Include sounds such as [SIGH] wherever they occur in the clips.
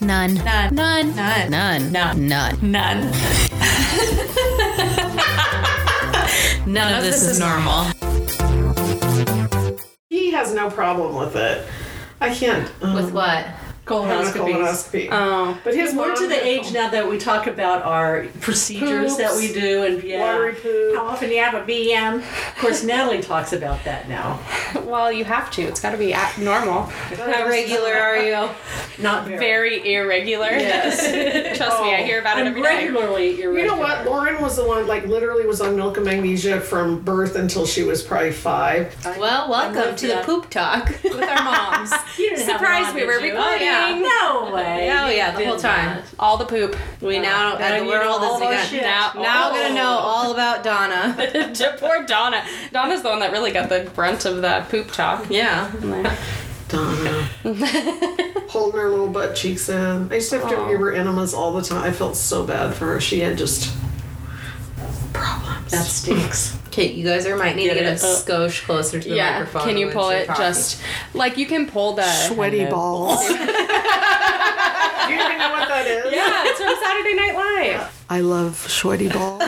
None. None. None. None. None. None. [LAUGHS] None. None. None, of this, is normal. He has no problem with it. I can't. uh, With what? having a colonoscopy. Oh, But his we're mom- to the age now that we talk about our procedures Poops. that we do and yeah. Watery poop. How often do you have a BM? Of course, Natalie talks about that now. Well, you have to. It's got to be at normal. How regular are you? Not very. Very irregular. Yes. [LAUGHS] Trust me, I hear about it I'm every day. regularly irregular. You know what? Lauren was the one, like, literally was on milk and magnesia from birth until she was probably five. [LAUGHS] Well, welcome to the that. poop [LAUGHS] talk with our moms. [LAUGHS] You didn't have Surprise, mom, we did were you? recording. Oh, yeah. No way. Oh yeah, the You whole did time. All the poop. We now Now and the you know world all our is shit. now now Oh. gonna know all [LAUGHS] about [LAUGHS] Donna. Poor Donna. Donna's the one that really got the brunt of the poop talk. Yeah. [LAUGHS] Donna. Holding her little butt cheeks in. I used to have to give her enemas all the time. I felt so bad for her. She had just problems. That stinks. Okay, you guys are might need to Get get a it up. skosh closer to the yeah. microphone. Can you when pull you're it talking. just like you can pull the Sweaty [LAUGHS] balls. you don't even know what that is? Yeah, it's from Saturday Night Live. I love sweaty balls.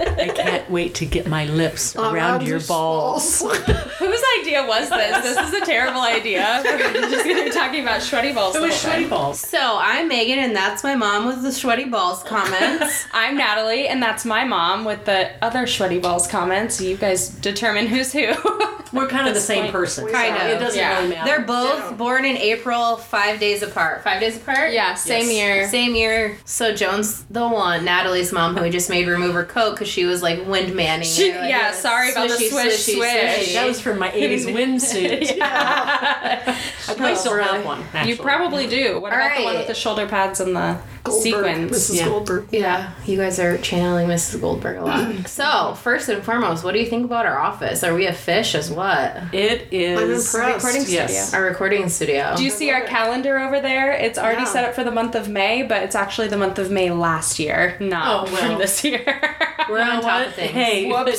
I can't wait to get my lips around your balls. Whose idea was [LAUGHS] this? This is a terrible idea. We're just gonna be talking about sweaty balls. the whole time. balls. So I'm Megan, and that's my mom with the sweaty balls [LAUGHS] comments. I'm Natalie, and that's my mom with the other sweaty balls comments. You guys determine who's who. We're kind of the same point. person. Kind so of, It doesn't yeah. really matter. They're both born in April, five days apart. Oh. Five days [LAUGHS] apart. yeah, same year. Same year. So Joan's the one, Natalie's mom, who we just made remove her coat because she was like wind manning. She- it, like, yeah, sorry about the swishy, swish, swishy, swish. swishy. that was from my 80s windsuit. [LAUGHS] I probably still have one. Actually. You probably do. What about the one Alright. with the shoulder pads and the sequins? Mrs. Yeah. Goldberg. Yeah, you guys are channeling Mrs. Goldberg a lot. [CLEARS THROAT] so, first and foremost, what do you think about our office? Are we a fish as what? It I'm is. impressed. Yes. Our recording studio. Do you see our calendar over there? It's already Yeah. set up for the month of May, but it's actually the month of May last year, not Oh, well. from this year. We're on [LAUGHS] top of things. Hey, Whoops.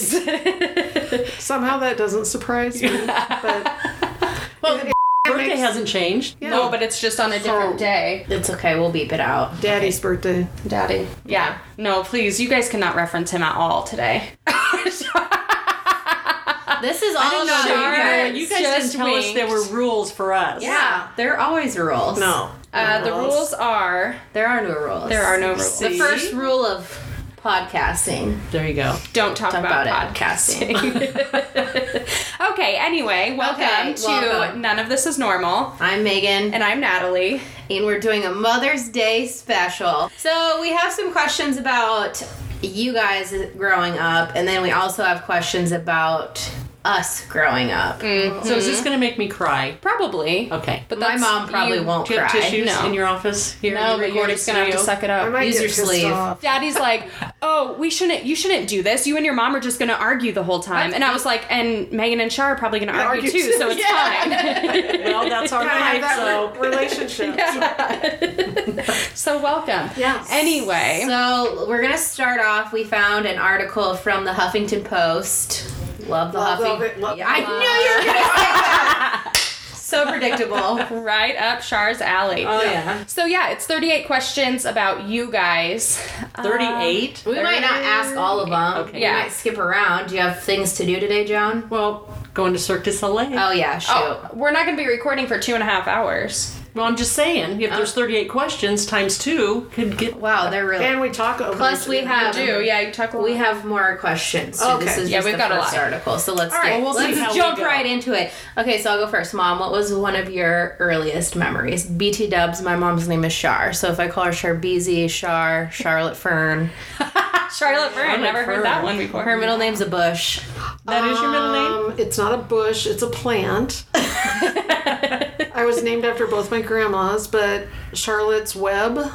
Somehow that doesn't surprise [LAUGHS] me. But Well, birthday makes- hasn't changed. yeah. No, but it's just on a different So- day. It's okay, we'll beep it out. Daddy's birthday. Daddy. Yeah. No, please. You guys cannot reference him at all today. This is all about know that you you You guys guys- guys. didn't just tell us there were winked. rules for us. Yeah, there are always rules. No. Uh, the rules are There are no rules. there are no rules. The first rule of podcasting. There you go. Don't talk Talk about, about, about podcasting. [LAUGHS] Okay, anyway, welcome Okay, to welcome. None of This Is Normal. [LAUGHS] I'm Megan, And I'm Natalie. and we're doing a Mother's Day special. So we have some questions about you guys growing up, and then we also have questions about us growing up. Mm, So is this going to make me cry? Probably. Okay. But My that's- mom probably you- won't Do you have cry. tissues No. in your office here? No, in the but you're recording just gonna have to studio? suck it I up. might Use get your pissed sleeve. [LAUGHS] off. Daddy's like, "Oh, we shouldn't. You shouldn't do this. You and your mom are just gonna argue the whole time." And I was like, "And Megan and Shar are probably gonna argue, argue too, too. so it's fine." Well, that's our Gotta have life. that So re- relationship. so welcome. Yeah. Anyway, So we're gonna start off. We found an article from the Huffington Post. Love the Love, love Huffington. it, love it. I knew you were gonna [LAUGHS] say that. So predictable. right up Shar's alley. Oh, yeah. so Oh, yeah, it's 38 questions about you guys. Oh. Thirty-eight. We might not ask all of them. Okay. We Yeah. might skip around. Do you have things to do today, Joan? well, going to Cirque du Soleil. Oh yeah, shoot. Oh, we're not gonna be recording for two and a half hours. well, I'm just saying, if there's thirty-eight questions times two, could get. Wow, they're really. And we talk over Plus, we it. have Do yeah, you talk a lot. we have more questions. So Okay. This is Yeah, just we've the got a first lot. article. So let's All right, get, we'll see let's how we jump go. right into it. Okay, so I'll go first. Mom, what was one of your earliest memories? BT Dubs. My mom's name is Shar, so if I call her Shar Beezy, Shar, Charlotte Fern. Charlotte Fern. I've never heard that Fern. one before. Her middle name's a bush. That is your middle name. Um, it's not a bush, it's a [LAUGHS] plant. I was named after both my grandmas, but Charlotte's Web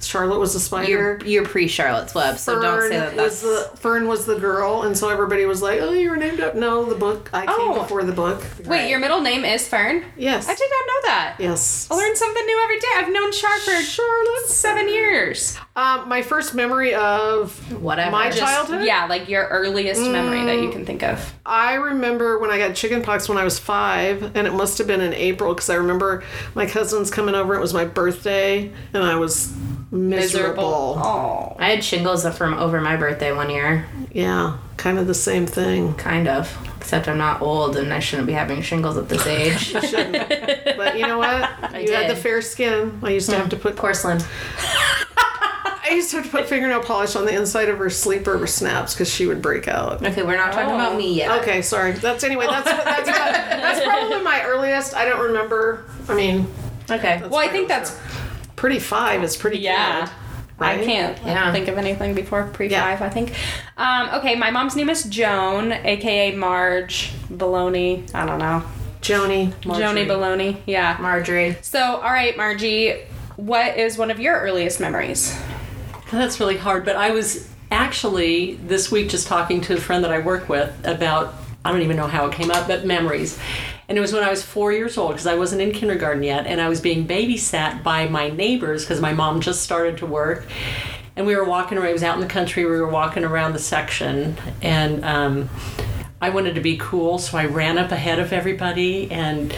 Charlotte was the spider. You're you're pre Charlotte's Web, so don't say that. was That's the Fern was the girl, and so everybody was like, "Oh, you were named up." No, the book. I came Oh. before the book. Wait, your middle name is Fern? Yes. I did not know that. Yes. Oh, I learn something new every day. I've known Char for Charlotte seven years. Um, my first memory of whatever. my Just- childhood. Yeah, like your earliest memory that you can think of. I remember when I got chickenpox when I was five, and it must have been in April because I remember my cousins coming over. It was my birthday, and I was miserable. Oh. I had shingles from over my birthday one year. Yeah, kind of the same thing. Kind of. Except I'm not old and I shouldn't be having shingles at [LAUGHS] this age. Shouldn't. but you know what? You had the did. fair skin. I used to have to put Porcelain. I used to have to put fingernail polish on the inside of her sleeper for snaps because she would break [LAUGHS] out. Okay, we're not talking about me yet. Okay, sorry. That's anyway. That's that's, that's probably my earliest. I don't remember. I mean, Oh, Okay. Well, I think that's pretty five is pretty yeah. good. I right? can't Yeah. think of anything before pre Yeah. five. I think. Um, okay, my mom's name is Joan, aka Marge Baloney. I don't know. Joni. Joni Baloney. Yeah. Marjorie. So, all right, Margie, what is one of your earliest memories? That's really hard, but I was actually this week just talking to a friend that I work with about I don't even know how it came up, but memories. And it was when I was four years old because I wasn't in kindergarten yet, and I was being babysat by my neighbors because my mom just started to work. And we were walking around, it was out in the country, we were walking around the section, and um, I wanted to be cool, so I ran up ahead of everybody and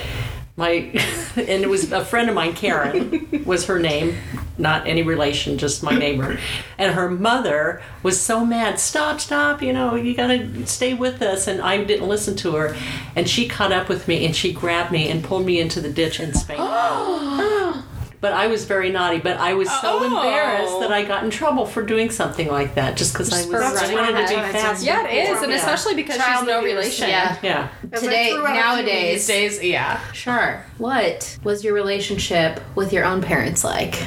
my [LAUGHS] and it was a friend of mine karen was her name not any relation just my neighbor and her mother was so mad stop stop you know you gotta stay with us and i didn't listen to her and she caught up with me and she grabbed me and pulled me into the ditch in [GASPS] spain but i was very naughty but i was so Oh. embarrassed that i got in trouble for doing something like that just because i was for just running wanted to do ahead. fast Yeah, it is, and Yeah. especially because she's Child no abuse, relation. Yeah. yeah As I Today, threw out nowadays. Days, yeah. Sure. What was your relationship with your own parents like?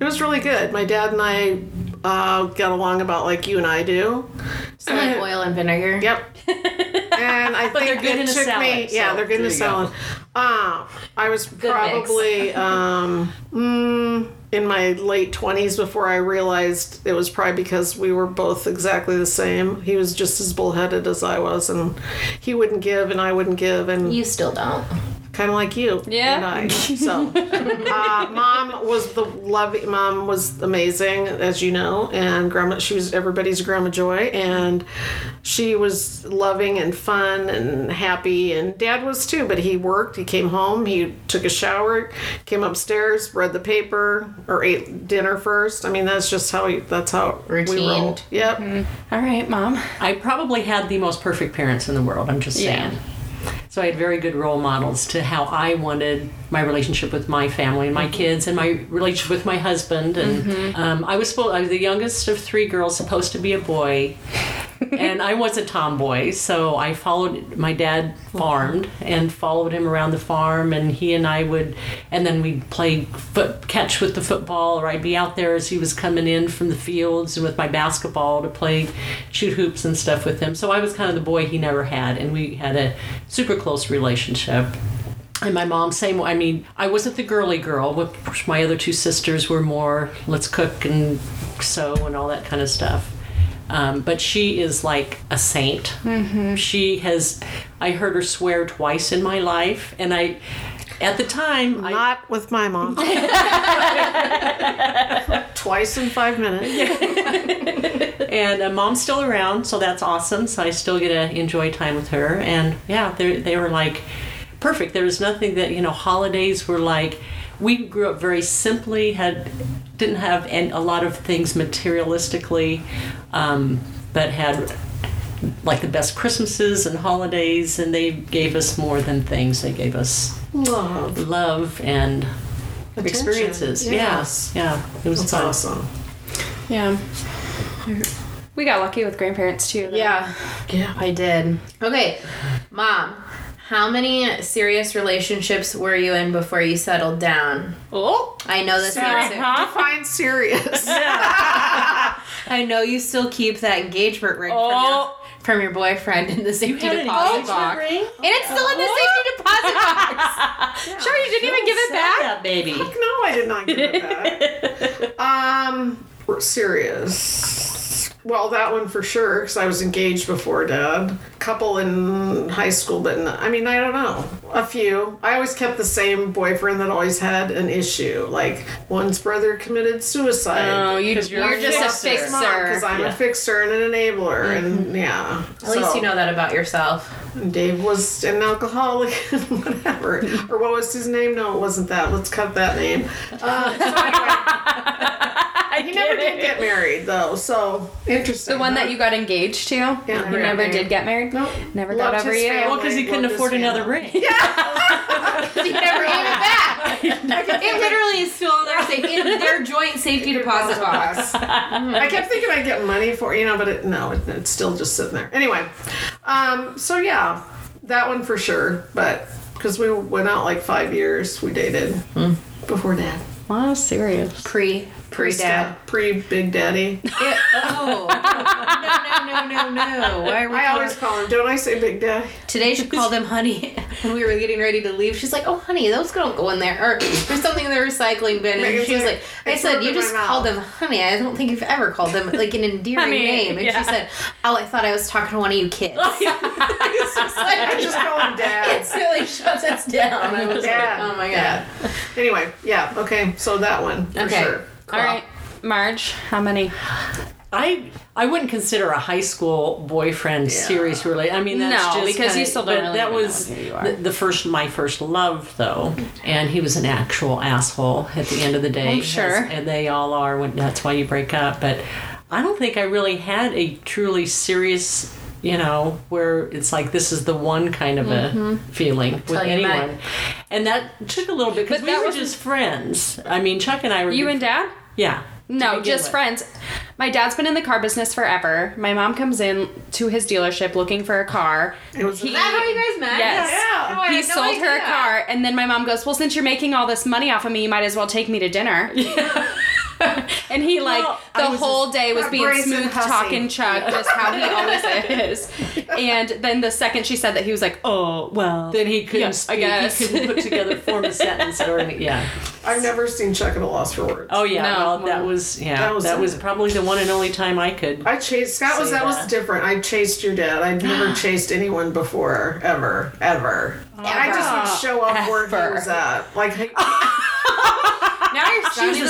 It was really good. My dad and I uh, got along about like you and I do. So, Like oil and vinegar? [LAUGHS] yep. And I they're think good it in a took salad, me. yeah, so they're good in a there you go. salad. Um, I was mix. [LAUGHS] probably um, mm, in my late twenties before I realized it was probably because we were both exactly the same. He was just as bullheaded as I was, and he wouldn't give, and I wouldn't give, and You still don't. kind of like you. Yeah. And I. So, uh, mom was the loving. Mom was amazing, as you know, and grandma. She was everybody's grandma joy, and she was loving and fun and happy. And dad was too, but he worked. He came home. He took a shower, came upstairs, read the paper, or ate dinner first. I mean, that's just how he. That's how we Routine. rolled. Yep. All right, mom. [LAUGHS] I probably had the most perfect parents in the world. I'm just Yeah. saying. So I had very good role models to how I wanted my relationship with my family and my kids and my relationship with my husband. And um, I was supposed, I was the youngest of three girls, supposed to be a boy. and I was a tomboy, so I followed my dad farmed and followed him around the farm, and he and I would, and then we'd play foot catch with the football, or I'd be out there as he was coming in from the fields with my basketball to play, shoot hoops and stuff with him. So I was kind of the boy he never had, and we had a super close relationship. And my mom, same. way. I mean, I wasn't the girly girl. Which my other two sisters were more. Let's cook and sew and all that kind of stuff. Um, but she is like a saint. She has. I heard her swear twice in my life, and I, at the time, I, Not with my mom. Twice in five minutes. and uh, mom's still around, so that's awesome. So I still get to enjoy time with her. And yeah, they they were like perfect. There was nothing that you know. Holidays were like we grew up very simply. Had didn't have an, a lot of things materialistically, um, but had like the best Christmases and holidays. And they gave us more than things. They gave us Love. love and. Attention. Experiences, Yes. yes, yeah, it was That's fun. awesome. Yeah. We got lucky with grandparents too. though. Yeah, Yeah. I did. Okay, mom, how many serious relationships were you in before you settled down? Oh. I know this answer. Huh? Find serious. I know you still keep that engagement ring Oh. from, your, from your boyfriend in the safety had an deposit engagement box. ring? And it's still in the safety deposit box. Sure, you didn't even give it Sell back. that baby. no, I did not give it back. Um, serious. Well, that one for sure, because I was engaged before Dad. Couple in high school, but not, I mean, I don't know. A few. I always kept the same boyfriend that always had an issue. Like, one's brother committed suicide. Oh, you, Because you're you're, a just a fixer. Because fixer. I'm a Yeah. fixer and an enabler, and yeah. Mm-hmm. At least you know that about yourself. Dave was an alcoholic [LAUGHS] and whatever. Or what was his name? No, it wasn't that. Let's cut that name. Uh, so anyway, he never did get married though, so interesting. The one that you got engaged to? Yeah. You never never, got married. did get married? Nope. Never Loved got over his you? family. Well, because he couldn't Loved his afford another family. ring. He never [LAUGHS] gave it back. It literally is still in their, safe, in their joint safety deposit box. I kept thinking I'd get money for you know, but it, no, it, it's still just sitting there. Anyway, um, so yeah, that one for sure. But because we went out like five years, we dated before dad. Wow, serious. Pre pre dad. pre Big Daddy. Oh no no no no no! Why are we? I calling- always call him. Don't I say Big Daddy? Today she called him honey [LAUGHS] when we were getting ready to leave. She's like, "Oh, honey, those don't go in there." Or there's something in the recycling bin, and Megan's she was like, like, "I "I said threw it you in just my mouth." called them honey. I don't think you've ever called them like an endearing Honey, name." And yeah. she said, "Oh, I thought I was talking to one of you [LAUGHS] kids." It's just like, I [LAUGHS] just call him Dad. [LAUGHS] it silly shuts us down. I was Dad. like, "Oh my god." Dad. Anyway, yeah, okay, so that one for Okay. sure. All right. Marge, how many? I I wouldn't consider a high school boyfriend serious really. I mean that's No, just because kinda- you still don't but really that know was who you are. the, the first my first love though, and he was an actual asshole at the end of the day. I'm sure. as- and they all are. When that's why you break up. But I don't think I really had a truly serious. You know, where it's like this is the one kind of a Mm-hmm. feeling with Till you met. anyone, and that took a little bit because But we that were wasn't- just friends. I mean, Chuck and I were You good- and dad? yeah, to No, begin just with. friends. My dad's been in the car business forever. My mom comes in to his dealership looking for a car. It was Is that how you guys met? Yes. Yeah. Oh, I He had no sold her a idea. car, and then my mom goes, "Well, since you're making all this money off of me, you might as well take me to dinner." and he like Well, I the was whole day was a being brazen smooth hussy. talking Chuck, just how he always is. And then the second she said that, he was like, "Oh well." Then he couldn't Yes, I speak. guess. He couldn't put [LAUGHS] together form a sentence or any, yeah. I've never seen Chuck at a loss for words. [LAUGHS] Oh yeah. No. well, that was yeah. That That was was, it. probably the one and only time I could. I chased Scott was Say that, was that. different. I chased your dad. I'd [GASPS] never chased anyone before, ever, ever. And I just would show up where he Ever. was at. Like now you're sounding a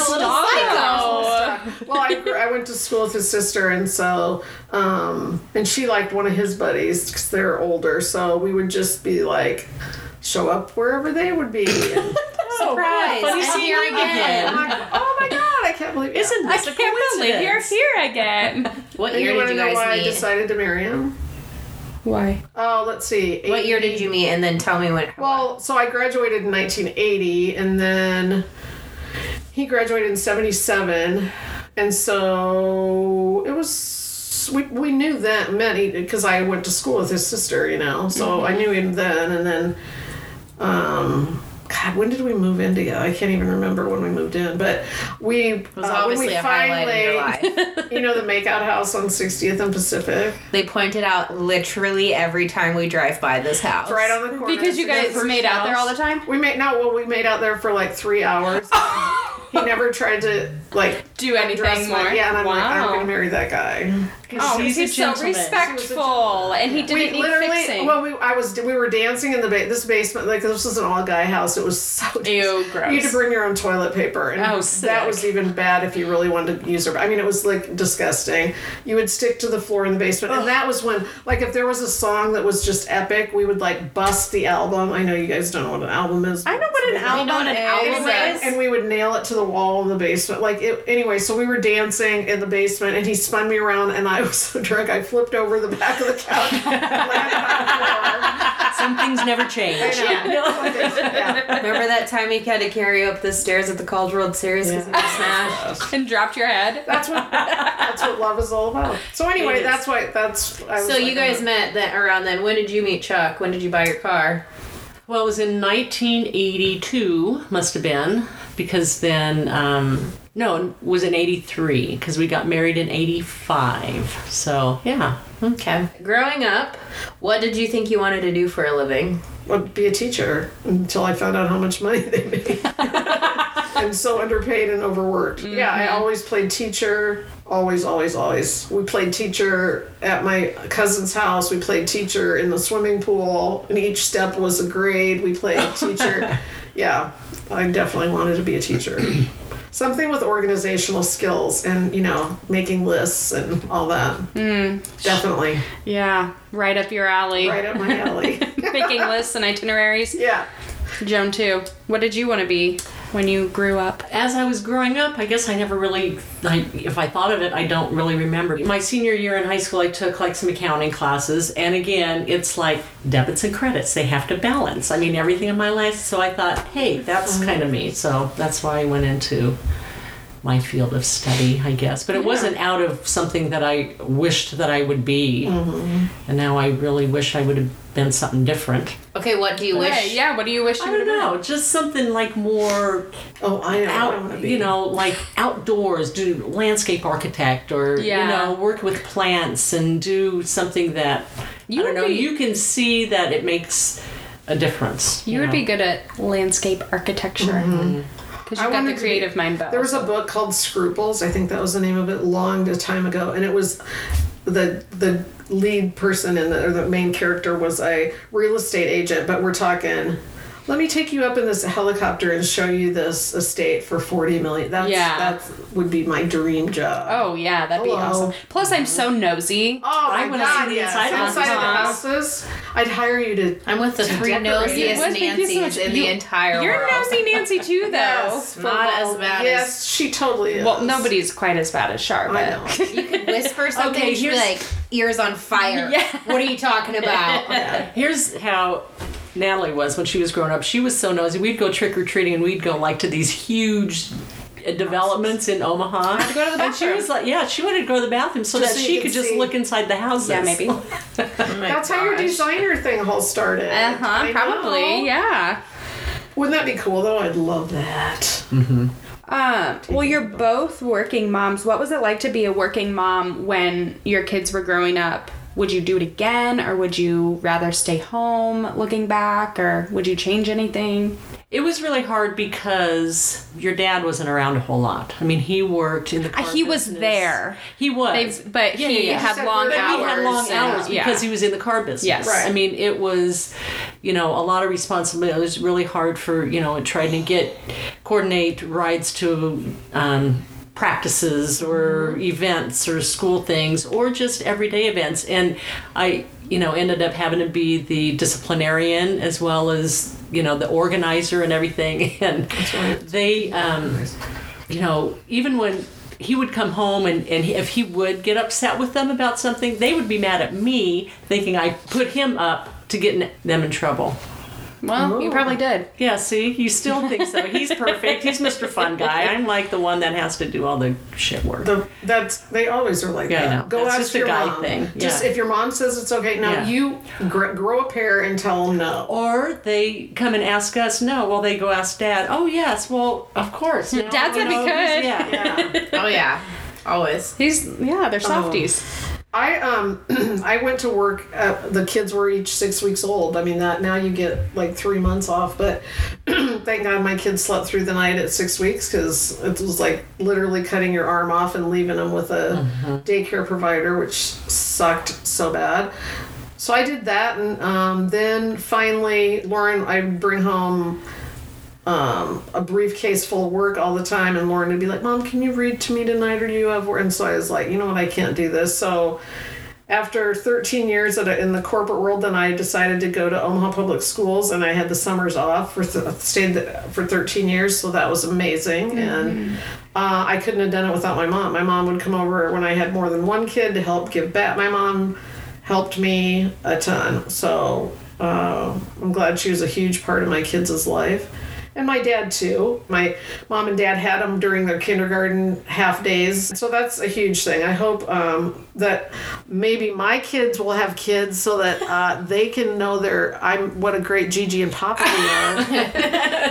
well, I, grew- I went to school with his sister, and so um, and she liked one of his buddies because they're older. So we would just be like, show up wherever they would be. [LAUGHS] And, Oh, Surprise! Funny I'm seeing here you again. again. I'm like, oh my god, I can't believe Isn't I this a can't believe you're coincidence? here again. What And year you want did to you know why I guys meet? decided to marry him? Why? Oh, let's see. What year did you meet? And then tell me when. Well, so I graduated in 1980, and then he graduated in 77, and so it was we we knew that meant because I went to school with his sister, you know, so Mm-hmm. I knew him then, and then um. God, when did we move in together? I can't even remember when we moved in, but we It was uh, when obviously we a highlight finally, in your [LAUGHS] life. you know, the makeout house on 60th and Pacific, They pointed out literally every time we drive by this house. [LAUGHS] right on the corner. Because you guys made out there all the time. We made no. Well, we made out there for like three hours. [LAUGHS] he never tried to like Do dress anything my- more. Yeah, and I'm like, I'm Wow. gonna marry that guy. Oh, He's he's, a he's so gentleman. respectful, and he We didn't need literally. fixing. Well, we I was we were dancing in the ba- this basement. Like this was an all guy house. It was so. Ew, gross. You had to bring your own toilet paper, and Oh, that sick. was even bad if you really wanted to use it. I mean, it was like disgusting. You would stick to the floor in the basement, and that was when, like, if there was a song that was just epic, we would like bust the album. I know you guys don't know what an album is. I know what an You album know what an album Anyways. is? and we would nail it to the wall in the basement. Like it, anyway, so we were dancing in the basement, and he spun me around, and I [LAUGHS] was so drunk I flipped over the back of the [LAUGHS] couch. and landed Some things never change. on the floor. Yeah. Remember that time you had to carry you up the stairs at the College World Series because [LAUGHS] Yeah. of the smash? and [LAUGHS] dropped your head. That's what that's what love is all about. So anyway, is. that's why that's. I was So you like, guys met that around then. When did you meet Chuck? When did you buy your car? [LAUGHS] Well, it was in 1982, must have been, because then um, no, it was in 83 because we got married in 85. So yeah, Okay. Growing up, what did you think you wanted to do for a living? [LAUGHS] Would be a teacher until I found out how much money they made. and so underpaid and overworked. Yeah, I always played teacher. Always, always, always. We played teacher at my cousin's house. We played teacher in the swimming pool, and each step was a grade. We played teacher. yeah, I definitely wanted to be a teacher. Something with organizational skills and, you know, making lists and all that. Definitely. Yeah, right up your alley. [LAUGHS] Right up my alley. Making lists and itineraries. yeah. Joan, too. What did you want to be when you grew up? as I was growing up, I guess I never really, I, if I thought of it, I don't really remember. My senior year in high school, I took like some accounting classes, and again, it's like debits and credits. They have to balance. I mean, everything in my life. So I thought, hey, that's kind of me. So that's why I went into my field of study, I guess. But it wasn't out of something that I wished that I would be. And now I really wish I would have been something different. Okay, what do you wish? Hey, yeah, what do you wish you I would don't have been? know, just something like more Oh, I know what I want to out, be. you know, like outdoors, do landscape architect or, Yeah. you know, work with plants and do something that, You you I don't would know, be- you can see that it makes a difference. You would know. be good at landscape architecture. Mm-hmm. Because I you've got wanted the to be- creative mind both. There was a book called Scruples. I think that was the name of it long a time ago, and it was the the lead person in the or the main character was a real estate agent. But we're talking. Let me take you up in this helicopter and show you this estate for forty million. That's, Yeah. that would be my dream job. oh, yeah, that'd be Hello. awesome. Plus, I'm so nosy. Oh, I my wanna God, see the yes. inside of inside of the houses. houses. I'd hire you to. I'm with the three decorate it. nosiest You would be Nancy's so much- in you- the entire You're world. nosy Nancy, too, though. [LAUGHS] Yes, Not as bad yes, she totally is. Well, nobody's quite as bad as Char, I [LAUGHS] but- know. as [LAUGHS] whisper something. Okay, she'd be here's- like ears on [LAUGHS] fire. Yeah. What are you talking [LAUGHS] Oh about? Here's how Natalie was when she was growing up. She was so nosy. We'd go trick or treating and we'd go like to these huge uh, developments in Omaha. to go to the And she was like, yeah, she wanted to go to the bathroom so Just that so she you could could just see. look inside the houses. Yeah, maybe. Uh That's how your designer thing all started. Uh-huh, I huh. know. Uh-huh, Probably, yeah. Wouldn't that be cool though? I'd love that. Um, well, you're both working moms. What was it like to be a working mom when your kids were growing up? Would you do it again, or would you rather stay home? Looking back, or would you change anything? It was really hard because your dad wasn't around a whole lot. I mean, he worked in the car Uh, he was business. there. He was, They've- but Yeah, he yeah, yeah. had said long we're- But hours. he had long and- hours yeah. because he was in the car business. Yes. Right. I mean, it was, you know, a lot of responsibility. It was really hard for, you know, trying to get, coordinate rides to um, practices or Mm-hmm. events or school things or just everyday events. And I, you know, ended up having to be the disciplinarian as well as, you know, the organizer and everything. [LAUGHS] And they, um, you know, even when he would come home and, and he, if he would get upset with them about something, they would be mad at me thinking I put him up to get in, them in trouble. Well, you Ooh. probably did. Yeah, see, you still think so. He's perfect. He's Mr. Fun Guy. I'm like the one that has to do all the shit work. The that's they always are like Yeah, I that. know. Go That's ask just a your guy mom. thing. Just Yeah. if your mom says it's okay, no, Yeah. you gr- grow a pair and tell them no. or they come and ask us, no, well, they go ask dad, oh, yes, well, of course. Now Dad's we gonna know be good. who's- Yeah. Yeah. oh yeah, always. He's yeah, they're Oh, softies. I um [CLEARS THROAT] I went to work. Uh, the kids were each six weeks old. I mean that now you get like three months off, but [CLEARS THROAT] thank God my kids slept through the night at six weeks because it was like literally cutting your arm off and leaving them with a daycare provider, which sucked so bad. So I did that, and um, then finally, Lauren, I bring home um, a briefcase full of work all the time, and Lauren would be like, "Mom, can you read to me tonight, or do you have work?" And so I was like, "You know what? I can't do this." So after 13 years at in the corporate world, then I decided to go to Omaha Public Schools, and I had the summers off for th- stayed th- for 13 years, so that was amazing. And uh, I couldn't have done it without my mom. My mom would come over when I had more than one kid to help give back. My mom helped me a ton, so uh, I'm glad she was a huge part of my kids' life. And my dad too. My mom and dad had them during their kindergarten half days, so that's a huge thing. I hope um, that maybe my kids will have kids so that uh, they can know their I'm what a great Gigi and Papa they are.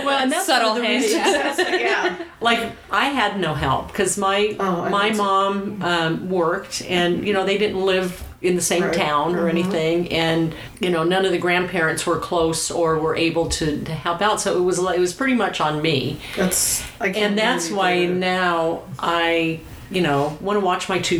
Well, and that's Subtle one of the hint. reasons- yeah. like I had no help because my Oh, I my know. mom um, worked, and you know they didn't live in the same Right. Uh-huh. town or anything, and you know none of the grandparents were close or were able to, to help out, so it was like- it was pretty much on me, That's I can't and that's believe why it. now I. You know, want to watch my two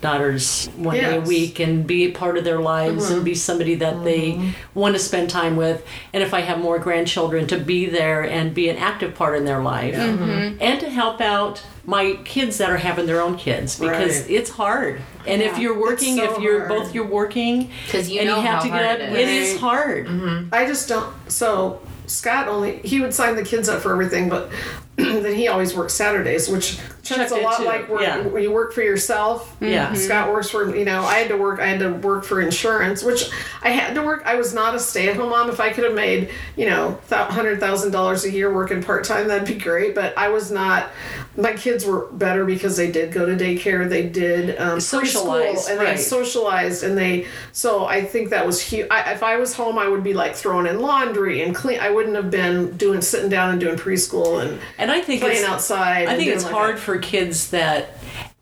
granddaughters one day a Yes. Uh-huh. week and be a part of their lives and be somebody that Mm-hmm. they want to spend time with. And if I have more grandchildren, to be there and be an active part in their life Mm-hmm. Mm-hmm. and to help out my kids that are having their own kids because Right. it's hard. And if Yeah. you're working, It's so if you're hard. both you're working 'Cause you and know you have how to get hard up, it it is. is hard. I just don't. So Scott only he would sign the kids up for everything, but [CLEARS THROAT] then he always works Saturdays, which sounds a it lot too, like work, yeah. you work for yourself. Yeah. Mhm. Scott works for you know. I had to work. I had to work for insurance, which I had to work. I was not a stay at home mom. If I could have made you know hundred thousand dollars a year working part time, that'd be great. But I was not. My kids were better because they did go to daycare. They did um, Socialize, preschool, and right. they socialized and they so i think that was huge I, if i was home i would be like throwing in laundry and clean i wouldn't have been doing sitting down and doing preschool and And I think Playing it's, outside I and think doing it's like hard that. for kids that,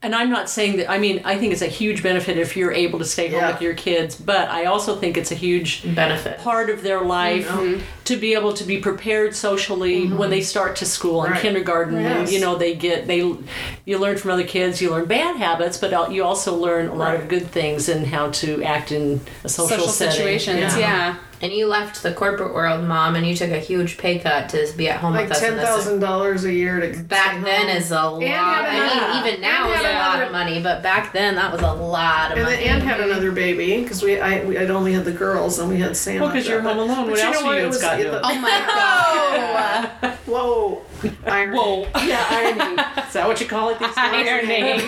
and I'm not saying that. I mean, I think it's a huge benefit if you're able to stay home Yeah. with your kids. But I also think it's a huge Benefit. part of their life to be able to be prepared socially when they start to school and Right. kindergarten Yes. you know they get they you learn from other kids you learn bad habits but al- you also learn a lot of Right. good things and how to act in a social, Social setting. [LAUGHS] situations, yeah. And you left the corporate world, mom, and you took a huge pay cut to be at home like with us. in ten this- thousand dollars a year to Back then is a lot. had I another- mean, even now and is had a lot another- of money, but back then that was a lot of and money. then Anne had another baby because we I we, I'd only had the girls and we had Sam. Well, 'cause after you're that. home alone. But What else know what? are you It and was- Scott it- doing? Oh my god. Oh [LAUGHS] Whoa, irony. Whoa. yeah, irony. Is that what you call [LAUGHS] it? These [LAUGHS] Ironing.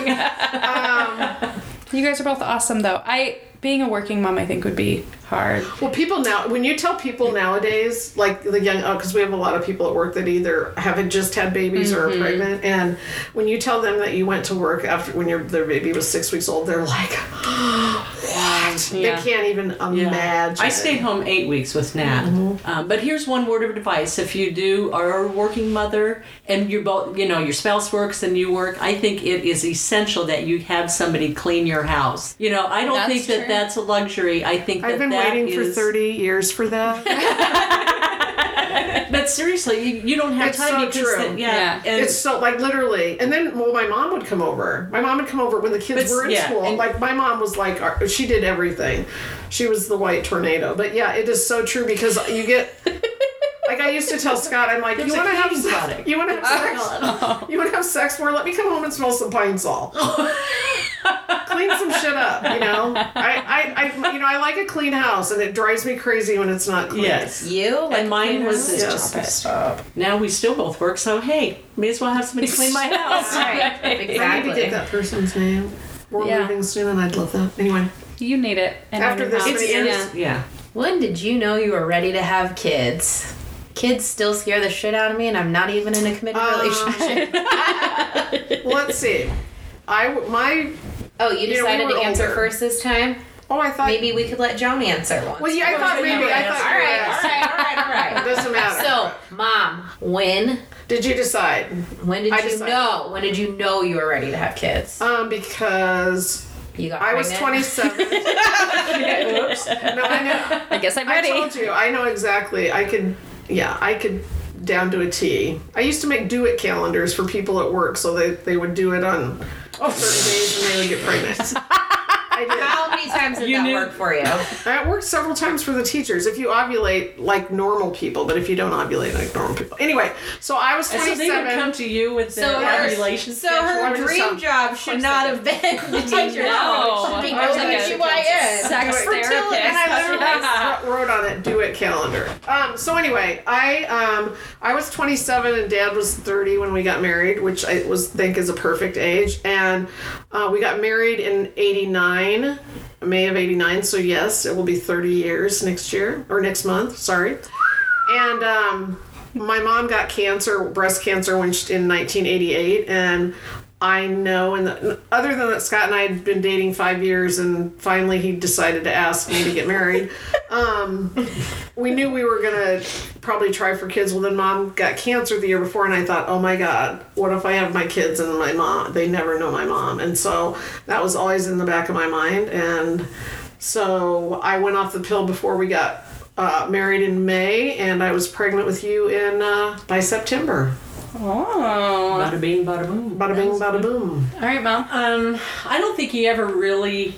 Um, you guys are both awesome though. I being a working mom I think would be hard. Well, people now, when you tell people nowadays, like the young, because we have a lot of people at work that either haven't just had babies or Mm-hmm. are pregnant, and when you tell them that you went to work after when your their baby was six weeks old, they're like, [LAUGHS] [LAUGHS] Um, what? Yeah. They can't even imagine. Mm-hmm. I stayed home eight weeks with Nat. Um, but here's one word of advice: if you do are a working mother and you both, you know, your spouse works and you work, I think it is essential that you have somebody clean your house. You know, I don't That's think true. that that's a luxury. I think I've that been that waiting is- for thirty years for that. But seriously, you, you don't have It's time so because true. that- Yeah. yeah, and- it's so like literally, and then well, my mom would come over. My mom would come over when the kids But, were in yeah, school. and- like my mom was like, our- she did everything. She was the white tornado. But yeah, it is so true because you [LAUGHS] get. Like I used to tell Scott, I'm like, you a want to have cleaning sex? product. You want to have sex? [LAUGHS] You want to have sex more? Let me come home and smell some pine [LAUGHS] Sol. clean some shit up, you know. I, I, I, you know, I like a clean house, and it drives me crazy when it's not clean. yes. you like And mine [LAUGHS] was cleaners? this. Yes. Stop it. [LAUGHS] Now we still both work, so hey, may as well have somebody clean my [LAUGHS] house. right I need exactly. to get that person's name. We're Yeah. moving soon, and I'd love that. Anyway, You need it. in After your this house. It's, many years. it's yeah. When did you know you were ready to have kids? Kids still scare the shit out of me, and I'm not even in a committed Um, relationship. [LAUGHS] [LAUGHS] let's see. I w- my Oh, you you know, we decided were to answer older. first this time. oh, I thought Maybe we could let Joan answer one. Well, yeah, I thought maybe I all thought. you were right, all asked. right, all right, all right. It [LAUGHS] [LAUGHS] doesn't matter. So, mom, when did you decide? when did I you decided- know? When did you know you were ready to have kids? Um, because You got I was pregnant? [LAUGHS] 27. Oops. No, I know. I guess I'm I ready. told you. I know exactly. I could. Yeah, I could down to a T. I used to make do it calendars for people at work, so they they would do it on oh, certain days and they would get pregnant. [LAUGHS] I did. How many times did You that knew- work for [LAUGHS] you? I worked several times for the teachers. If you ovulate like normal people, but if you don't ovulate like normal people, anyway. So I was And so they would 27. come to you with their ovulation so her schedule. dream job should not have been the teacher. know. It should be I was like a OBGYN. [LAUGHS] sex Fertility. therapist. and I [LAUGHS] literally wrote on it "Do It" calendar. Um, so anyway, I um, I was 27 and Dad was 30 when we got married, which I was think is a perfect age. And uh, we got married in '89, May of '89. So yes, it will be 30 years next year or next month. Sorry. And um, my mom got cancer, breast cancer, when she, in 1988, and I know, and the, other than that, Scott and I had been dating five years, and finally he decided to ask me to get married. Um, we knew we were gonna probably try for kids. Well, then mom got cancer the year before, and I thought, oh my god, what if I have my kids and my mom? They never know my mom, and so that was always in the back of my mind. And so I went off the pill before we got uh, married in May, and I was pregnant with you in uh, by September. Oh. Bada bing, bada boom. Bada bing, bada boom. All right, mom. Um, I don't think you ever really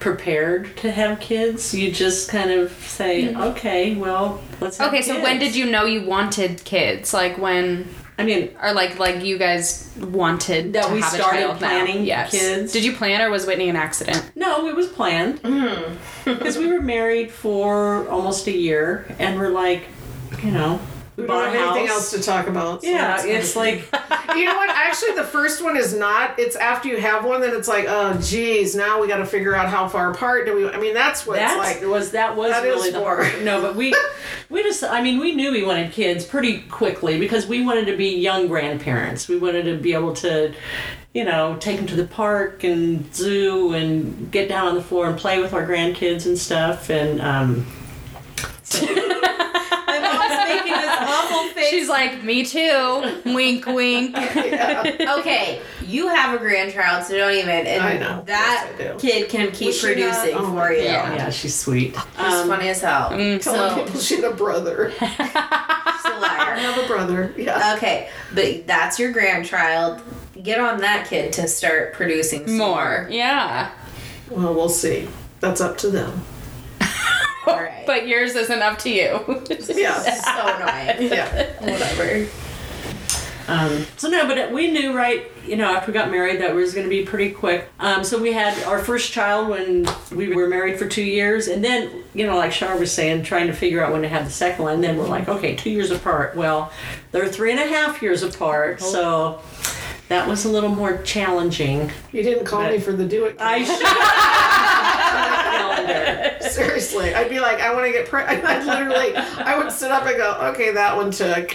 prepared to have kids. You just kind of say, okay, well, let's. Have Mm-hmm. Okay, so when kids." did you know you wanted kids? Like when, I mean, or like like you guys wanted That to we have started a child now. planning Yes. kids? Did you plan, or was Whitney an accident? no, it was planned Mm-hmm. [LAUGHS] because we were married for almost a year, and we're like, you know, We don't bought have a anything else house. to talk about. so yeah, it's like you know what? Actually, the first one is not. It's after you have one, then it's like, oh, geez, now we got to figure out how far apart do we? I mean, that's what that it's like. was that was that is really the war. hard. No, [LAUGHS] but we we just I mean we knew we wanted kids pretty quickly because we wanted to be young grandparents. We wanted to be able to, you know, take them to the park and zoo and get down on the floor and play with our grandkids and stuff. And um, My mom's making this awful face. She's like, me too. [LAUGHS] wink, [LAUGHS] wink. okay, you have a grandchild, so don't even. And I know. That Yes, I do. kid can keep Was she not- producing oh my for you. God. Mm. yeah, she's sweet. She's Um, funny as hell. Telling So people she had a brother. I she's a liar. [LAUGHS] have a brother. Yeah. Okay, but that's your grandchild. Get on that kid to start producing some More. Yeah. well, we'll see. That's up to them. All right. But yours isn't up to you. [LAUGHS] Yes. [LAUGHS] so annoying. yeah. Whatever. Um, so no, but we knew right, you know, after we got married that it was going to be pretty quick. Um, so we had our first child when we were married for two years, and then you know, like Shar was saying, trying to figure out when to have the second one. And then we're like, okay, two years apart. Well, they're three and a half years apart, Oh. so that was a little more challenging. You didn't call me for the do it. [LAUGHS] I should. calendar. Seriously, I'd be like, I want to get pregnant. [LAUGHS] I'd literally, I would sit up and go, okay, that one took.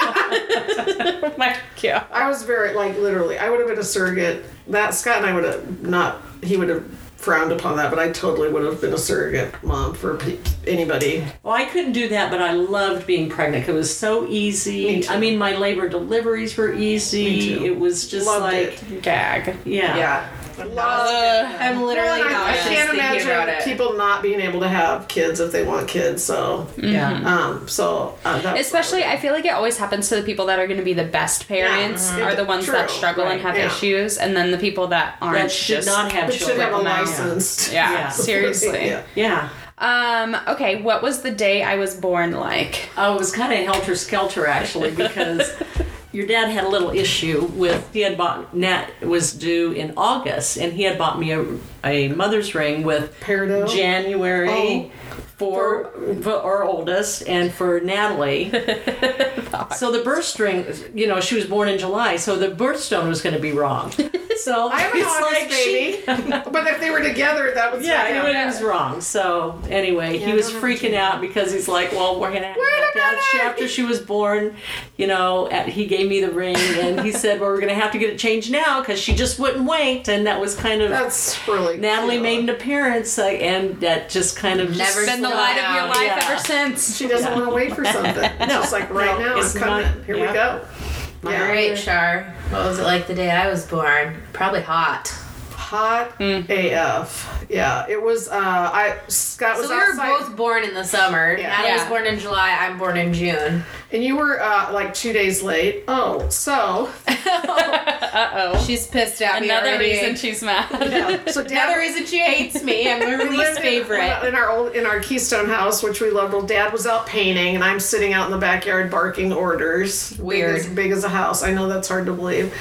oh my god. I was very like literally. I would have been a surrogate. That Scott and I would have not. He would have frowned upon that, but I totally would have been a surrogate mom for pe- anybody. Well, I couldn't do that, but I loved being pregnant. It was so easy. Me too. I mean, my labor deliveries were easy. Me too. It was just Loved like, it. Gag. Yeah. I'm literally Well, and not. I, I can't thinking about it. imagine people not being able to have kids if they want kids. So Yeah. um, so uh, that was- Especially, I feel like it always happens to the people that are going to be the best parents mhm. are the ones that True, struggle and right, have yeah. issues, and then the people that aren't that should just- not have But should children. have a Yeah. license. Yeah, Yeah. [LAUGHS] [LAUGHS] seriously. Yeah. yeah. Um. Okay. What was the day I was born like? Oh, it was kind of helter [LAUGHS] skelter actually because your dad had a little issue with he had bought Nat was due in August and he had bought me a, a mother's ring with Peridot? January. Oh. For, for our oldest and for [LAUGHS] Natalie. so the birth string, you know, she was born in July, so the birthstone was going to [LAUGHS] be wrong. So I have an it's honest like she baby, [LAUGHS] but if they were together, that would Yeah, say, it was- it was wrong. So anyway, I he was don't have freaking out because he's like, "Well, we're gonna have Wait a to have she, after she was born." You know, at, he gave me the ring and he said, "Well, we're gonna have to get it changed now because she just wouldn't wait." And that was kind of That's really Natalie cute. made an appearance, uh, and that just kind of just- Never Been the Slow light of your down. life Yeah. ever since. She doesn't want to wait for something. It's just like right [LAUGHS] No, now, it's it's coming. not- Here yeah. we go. All right, Char. What was it like the day I was born? Probably hot. hot Mm. AF. Yeah, it was. Uh, I Scott was So we were outside, both born in the summer. Yeah. Natalie was Yeah. born in July. I'm born in June. and you were uh, like two days late. Oh, [LAUGHS] so Uh oh. She's pissed at me. Another already. reason [LAUGHS] she's mad. yeah, so Dad, [LAUGHS] Another reason she hates me. I'm [LAUGHS] her we least lived in- favorite. in our old in our Keystone house, which we loved. Well, Dad was out painting, and I'm sitting out in the backyard barking orders. Weird. big as, big as a house. I know that's hard to believe.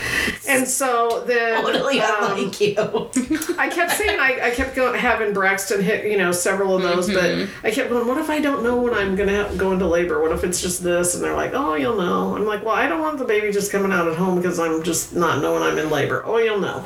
And so then Totally um, unlike you. I kept saying I, I kept going having Braxton hit you know several of those, Mm-hmm. but I kept going. What if I don't know when I'm gonna have, go into labor? What if it's just this? And they're like, oh, you'll know. I'm like, well, I don't want the baby just coming out at home because I'm just not knowing I'm in labor. Oh, you'll know.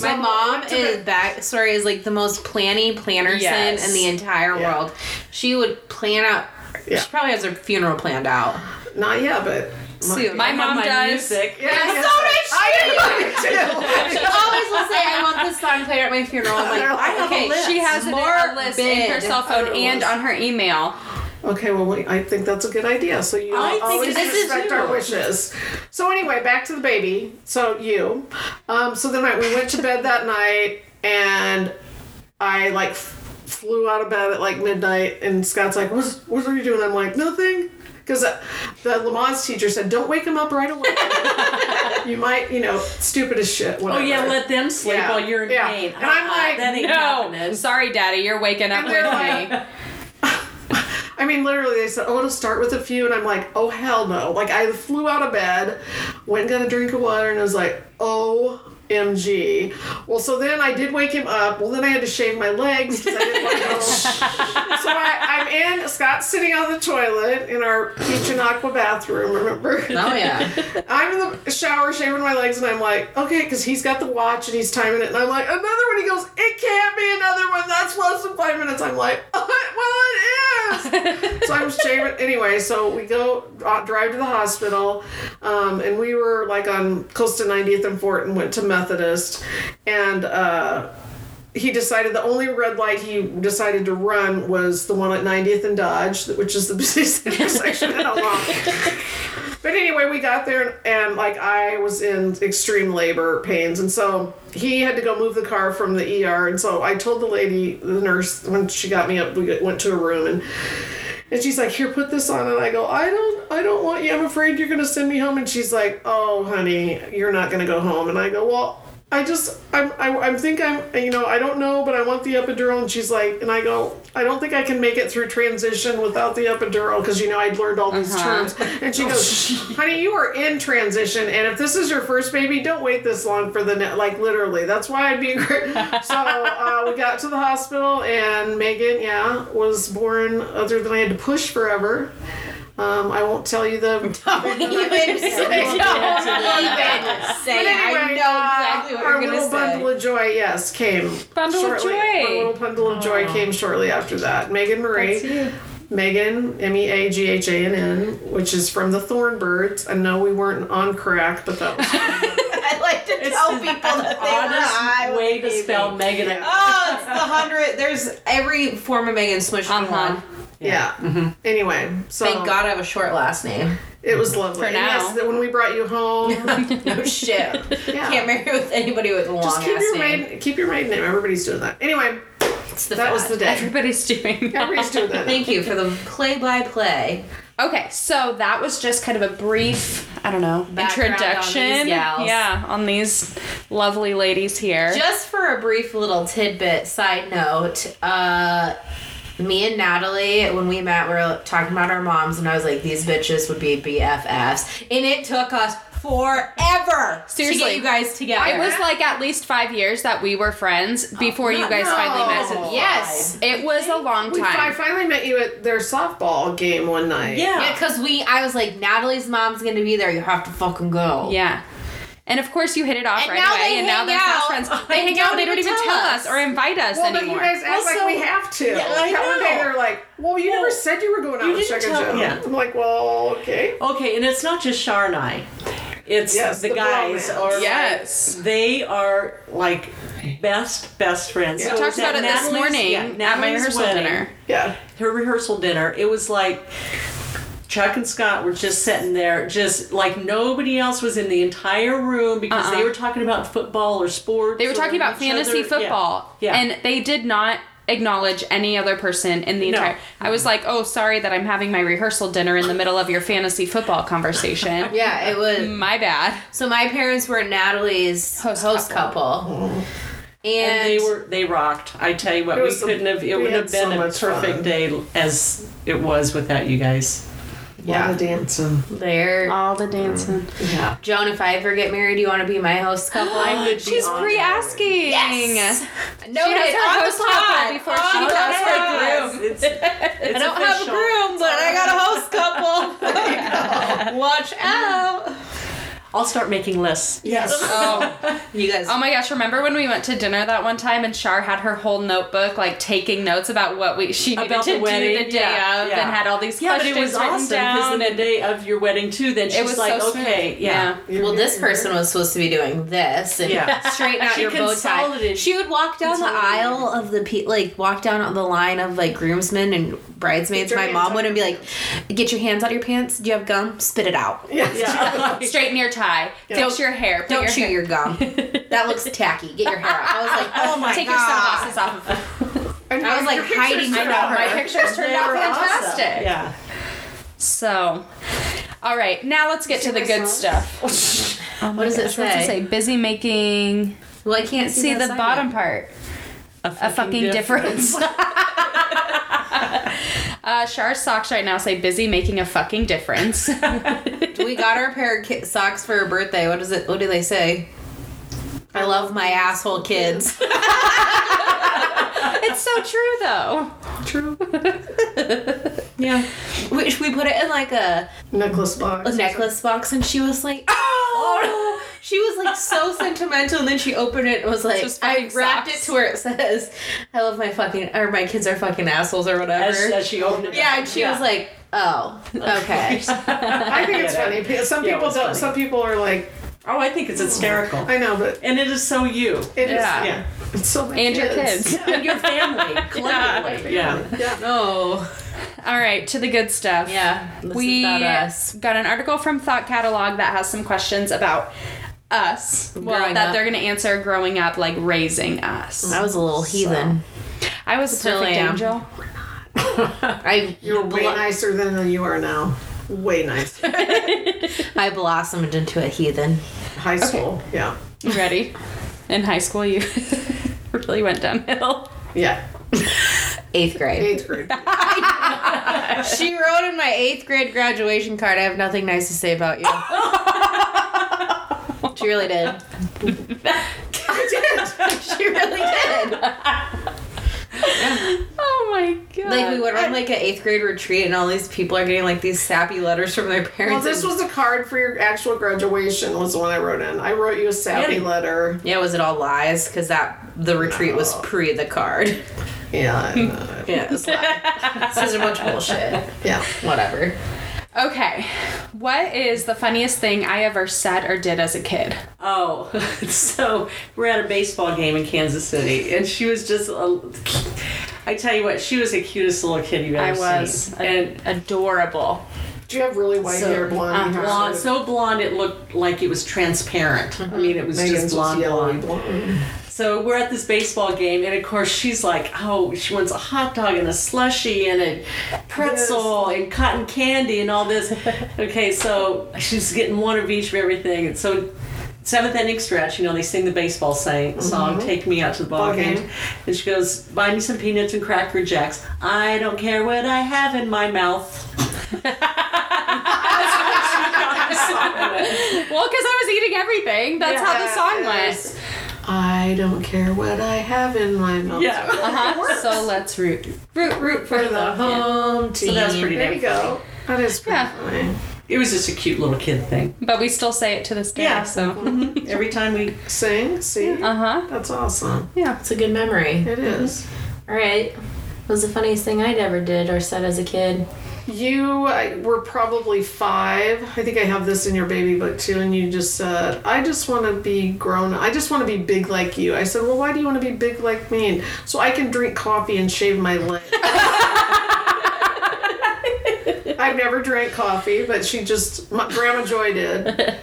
My mom is back. Sorry, is like the most planny plannerson Yes. in the entire Yeah. world. She would plan out. Yeah. She probably has her funeral planned out. Not yet, but soon. My mom my does. music. so Yeah, does she. [LAUGHS] I She always will say, "I want this song played at my funeral." I'm [LAUGHS] like, I have a okay, list. She has More it in a list in her bid. cell phone and on her email. do. okay, well, wait, I think that's a good idea. So you I think always this is respect too. our wishes. So anyway, back to the baby. So you. Um, so then I, we went to bed that night, and I like f- flew out of bed at like midnight, and Scott's like, "What's what are you doing?" I'm like, "Nothing." Because the Lamont's teacher said, "Don't wake him up right [LAUGHS] away. you might, you know, stupid as shit." Oh Whatever. yeah, let them sleep Yeah. while you're in Yeah. pain. And I'm Uh-uh, like, that ain't No, happening. sorry, Daddy, you're waking up And they're with me. I mean, literally, they said, "Oh, it'll start with a few," and I'm like, "Oh hell no!" Like I flew out of bed, went and got a drink of water, and I was like, "Oh." MG. Well, so then I did wake him up. Well, then I had to shave my legs because I didn't want to go. so I, I'm in, Scott's sitting on the toilet in our peach and aqua bathroom, remember? Oh [LAUGHS] yeah. I'm in the shower shaving my legs, and I'm like, okay, because he's got the watch and he's timing it, and I'm like, another one. He goes, it can't be another one. That's less than five minutes. I'm like, [LAUGHS] "Uh, well, it is. so I was shaving anyway. So we go uh, drive to the hospital, um, and we were like on close to 90th and Fort, and went to Methodist, and. uh he decided the only red light he decided to run was the one at 90th and Dodge, which is the [LAUGHS] busiest intersection in Omaha. But anyway, we got there and like I was in extreme labor pains, and so he had to go move the car from the ER. And so I told the lady, the nurse, when she got me up, we went to a room and. And she's like, "Here, put this on." And I go, "I don't, I don't want you. I'm afraid you're gonna send me home." And she's like, "Oh, honey, you're not gonna go home." And I go, "Well, I just, I'm, I, I'm think I'm, you know, I don't know, but I want the epidural." And she's like, and I go, "I don't think I can make it through transition without the epidural because you know I'd learned all these terms." And she goes, "Honey, you are in transition, and if this is your first baby, don't wait this long for the net. Like literally, that's why I'd be." great." so uh, we got to the hospital, and Megan, yeah, was born. Other than I had to push forever. Um, I won't tell you the. [LAUGHS] even say. Don't even say. I Anyway, know exactly uh, what our you're gonna little say. bundle of joy, yes, came Bundle of shortly. joy. Our little bundle of Oh. joy came shortly after that. Megan Marie, Megan M E A G H A N N, which is from the Thornbirds. I know we weren't on crack, but [LAUGHS] that was I like to tell people that they Oddest were way to spell Megan. Yeah. Oh, [LAUGHS] it's the hundred. There's every form of Megan Smush uh Uh-huh. yeah. Mm-hmm. Anyway, so Thank God I have a short last name. it was lovely. For And now. yes, that when we brought you home, [LAUGHS] [LAUGHS] No shit. yeah. Can't marry with anybody with a long Just keep ass your name. maiden keep your maiden name. Everybody's doing that. Anyway, It's the that was fact. the day. Everybody's doing that. Everybody's doing that. [LAUGHS] Thank you for the play-by-play. Okay, so that was just kind of a brief, I don't know, Background introduction. on these gals. Yeah, on these lovely ladies here. Just for a brief little tidbit, side note, uh, me and Natalie, when we met, we were talking about our moms, and I was like, these bitches would be BFFs. And it took us forever to Seriously. get you guys together. it was like at least five years that we were friends before you guys no. Oh finally met. Yes. It was a long We, I time. finally met you at their softball game one night. Yeah, because we, I was like, Natalie's mom's gonna be there. You have to fucking go. Yeah. And of course, you hit it off And right now away, they and now hang they're fast out, friends. and They hang out, don't they don't even even tell tell us us. or invite us Well, anymore. but you guys act Well, like so- we have to. Yeah, I like that one day know. they're like, "Well, you never said you were going out you with didn't Chuck and tell- Joe." yeah. I'm like, "Well, okay." Okay, and it's not just Shar and I. It's Yes, the, the guys bromance. are like, Yes. they are like best best friends. So I at talked about it this Natalie's- morning yeah, at my Natalie's rehearsal wedding, dinner. Yeah. Her rehearsal dinner. It was like Chuck and Scott were just sitting there, just like nobody else was in the entire room because Uh-uh. they were talking about football or sports. They were or talking about each other. fantasy Yeah. football, Yeah. and they did not acknowledge any other person in the No. entire. I was like, "Oh, sorry that I'm having my rehearsal dinner in the middle of your fantasy football [LAUGHS] conversation. Yeah, it was. My bad." So my parents were Natalie's Mm. host, Host couple. And, and they were they rocked. I tell you what, It we was a- couldn't have. we It would had have been so a much perfect fun. day as it was without you guys. Yeah. The dancing. there. All the dancing. Yeah. Joan, if I ever get married, you want to be my host couple? [GASPS] I would She's pre-asking. Yes! No, She has her host couple before she does her her groom. It's, [LAUGHS] it's I don't have a official. [LAUGHS] groom, but I got a host couple. Watch out. I'll start making lists. Yes. Oh, you guys. Oh my gosh, remember when we went to dinner that one time and Shar had her whole notebook like taking notes about what we she needed About to the wedding, do the day yeah, of yeah. and had all these Yeah, but questions it was written awesome because down then the and day of your wedding too, then she's it was like, so okay, smooth. yeah. Well, this person was supposed to be doing this and Yeah. [LAUGHS] straighten out She your bow tie. consolidated- She would walk down the aisle of the pe- like walk down the line of like groomsmen and Get bridesmaids. your My hands mom out would of and be like, "Get your hands out of your pants. Do you have gum? Spit it out. [LAUGHS] Yeah. straighten your tie, fix your hair, put Don't your chew hair, your gum. that looks tacky. Get your hair out." I was like, "Oh my [LAUGHS] take your god." sunglasses off of [LAUGHS] And I was like your pictures hiding turned from out her. my pictures [LAUGHS] turned out fantastic. Yeah. So, all right, now let's get to the good stuff. What does it Oh What's it say? say? Busy making. Well, I can't See the bottom part. A fucking difference. [LAUGHS] uh, Char's socks right now say busy making a fucking [LAUGHS] difference. we got our pair of ki- socks for her birthday. What does it? What do they say? I love my asshole kids. [LAUGHS] it's so true though. Yeah. we, we put it in like a, Necklace box. a [LAUGHS] necklace box, and she was like, [LAUGHS] "Oh!" She was [LAUGHS] like so sentimental, and then she opened it and was like, Just "I fucking wrapped socks. it to where it says, I love my fucking or my kids are fucking assholes or whatever." As, as she opened it. yeah, and she was like, "Oh, [LAUGHS] okay." I think it's funny. because Some Yeah, it people was don't. funny. Some people are like, Oh, I think it's hysterical. I know, but And it is so you. it is. Yeah. yeah. It's so many And your kids. And your [LAUGHS] family, collectively. Yeah. oh, All right, to the good stuff. yeah. This we is about us. got an article from Thought Catalog that has some questions about us well, Growing that up. Oh. they're going to answer growing up, like raising us. I was a little heathen. I was a Still perfect am. angel. I You're way blo- nicer than, than you are now. Way nicer. I blossomed into a heathen. High school. Yeah. You [LAUGHS] ready? In high school, you [LAUGHS] really went downhill. Yeah. Eighth grade. Eighth grade. She wrote in my eighth grade graduation card, I have nothing nice to say [LAUGHS] about you. she really did. [LAUGHS] She really did. Oh my god! Like we went on like an eighth grade retreat and all these people are getting like these sappy letters from their Well, parents. this was a card for your actual graduation. Was the one I wrote in. I wrote you a sappy Yeah. letter. Yeah, was it all lies? Because that the retreat was No. pre the card. Yeah. I [LAUGHS] know. Yeah, it was lies. this is a bunch of bullshit. uh, yeah. Whatever. Okay, what is the funniest thing I ever said or did as a kid? Oh, [LAUGHS] so we're at a baseball game in Kansas City, and she was just. A, I tell you what, she was the cutest little kid you've I ever was seen. a- and adorable. Do you have really white hair, blonde hair? blonde, so blonde it looked like it was transparent. I mean, it was Megan's just was blonde, yellowy blonde. blonde. So we're at this baseball game, and of course she's like, "Oh, she wants a hot dog and a slushie and a pretzel and cotton candy and all this." okay, so she's getting one of each of everything, and so. Seventh inning stretch, you know, they sing the baseball sang, song, Take Me Out to the Ball Ball game. Game. And she goes, Buy me some peanuts and Cracker Jacks. I don't care what I have in my mouth. [LAUGHS] Well, because I was eating everything. That's how the song went. Yes. I don't care what I have in my mouth. Yeah. Uh-huh. So let's root, root, root for the Home team. So that was pretty There damn you go. That is pretty Yeah. funny. It was just a cute little kid thing. But we still say it to this day. Yeah. So. Every time we Sing, see? Uh huh. That's awesome. It's a good memory. It is. All right. What was the funniest thing I'd ever did or said as a kid? You I, were probably five. I think I have this in your baby book too. And you just said, I just want to be grown. I just want to be big like you. I said, Well, why do you want to be big like me? And so I can drink coffee and shave my [LAUGHS] leg. I've never drank coffee, but she just, my, Grandma Joy [LAUGHS] did.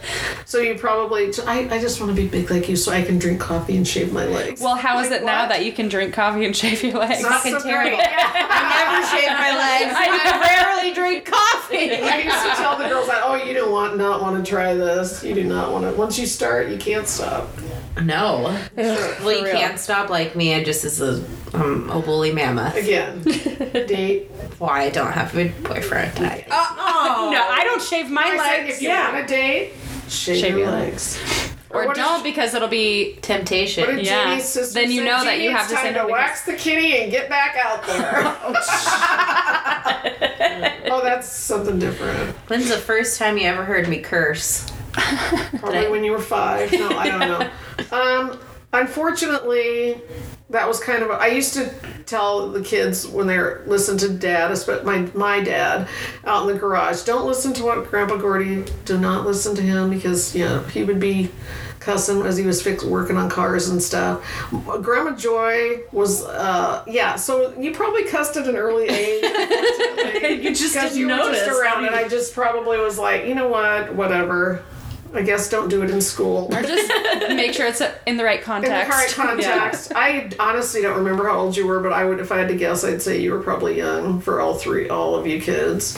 So you probably, I, I just want to be big like you so I can drink coffee and shave my legs. Well, how is Like it now what? that you can drink coffee and shave your legs? Not fucking so [LAUGHS] terrible. great. I never shave my legs. [LAUGHS] I rarely drink coffee. I [LAUGHS] used to tell the girls that, oh, you don't want not want to try this. You do not want to. Once you start, you can't stop. No. well, you can't stop like me. I just is a um, a woolly [LAUGHS] mammoth. Again, date. Why I don't have a [LAUGHS] boyfriend? Uh, I, oh No, I don't shave my I said, legs. if you yeah. want a date, shave, Shave your your legs. Or What is- don't because it'll be. What temptation. did Yeah. Jeannie's sister Then you say? know that "Jeannie, you have it's to say time no to because- wax the kitty and get back [LAUGHS] out there. oh, that's something different. When's the first time you ever heard me curse? Probably when you were five. No, I don't know. Um, unfortunately, that was kind of. I used to tell the kids when they're listen to dad, especially my my dad, out in the garage. Don't listen to what Grandpa Gordy. Do not listen to him because you know he would be cussing as he was fix, working on cars and stuff. Grandma Joy was, uh, yeah. So you probably cussed at an early [LAUGHS] age. unfortunately, You just 'cause didn't you were notice. just around, and I just probably was like, you know what, whatever. I guess don't do it in school. Or just make sure it's in the right In context. [LAUGHS] the current context, I honestly don't remember how old you were, but I would, if I had to guess, I'd say you were probably young for all three, all of you kids.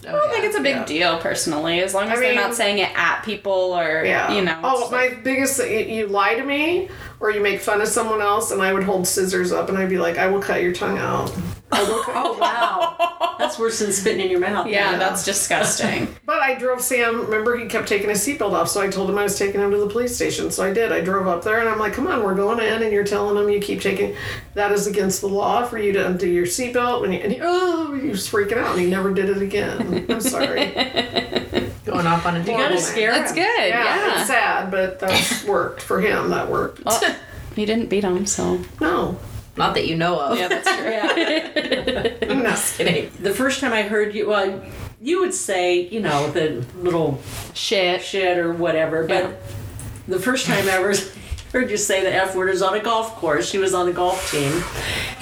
I don't think it's a big yeah. deal personally, as long as mean- they're not saying it at people or Yeah. you know. Oh, it's my biggest thing, you lie to me or you make fun of someone else, and I would hold scissors up and I'd be like, I will cut your tongue out. I will cut your tongue. Wow. That's worse than spitting in your mouth. yeah, that's disgusting. But I drove Sam, remember he kept taking his seatbelt off, so I told him I was taking him to the police station. So I did. I drove up there and I'm like, come on, we're going in, and you're telling him you keep taking that is against the law for you to undo your seatbelt. And he, and he, oh, he was freaking out, and he never did it again. I'm sorry. Going off on a You gotta tangent. scare Oh That's him. good. yeah, Yeah, it's sad, but [LAUGHS] that's worked for him. That worked. Oh. Well, you didn't beat him, so No, Not that you know of. yeah, that's true. no. Kidding. The first time I heard you, well, you would say, you know, the little Shit. shit or whatever, but Yeah. the first time I ever [LAUGHS] heard you say the F word is on a golf course. She was on the golf team.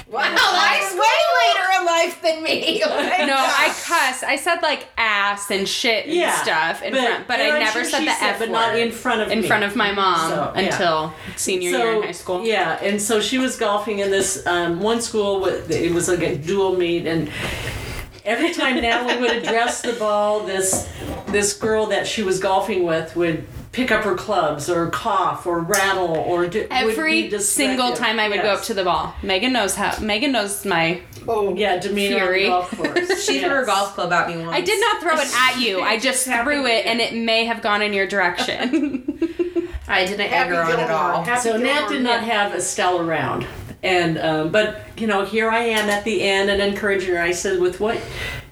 Wow, [LAUGHS] that's way later in life than [LAUGHS] me. Like, No, I cuss. I said like ass and shit and stuff in front, but and I I'm never sure said she the F but word not in front of in me. front of my mom So, yeah. until senior year in high school. Yeah, and so she was golfing in this um, one school. With, it was like a dual meet, and every time Natalie would address the ball, this this girl that she was golfing with would pick up her clubs or cough or rattle or do, would be Every distracted. single time I would go Yes. up to the ball, Megan knows how. Megan knows my. Oh, yeah demeanor Fury. on the golf [LAUGHS] course. She threw her Yes. golf club at me once. I did not throw it at [LAUGHS] you. I just threw it, and it may have gone in your direction. [LAUGHS] I didn't egg her on at Gilmore. all. Happy So Nat Gilmore. did not have Estelle around, and um, but you know here I am at the end and encouraging her. I said, "With what?"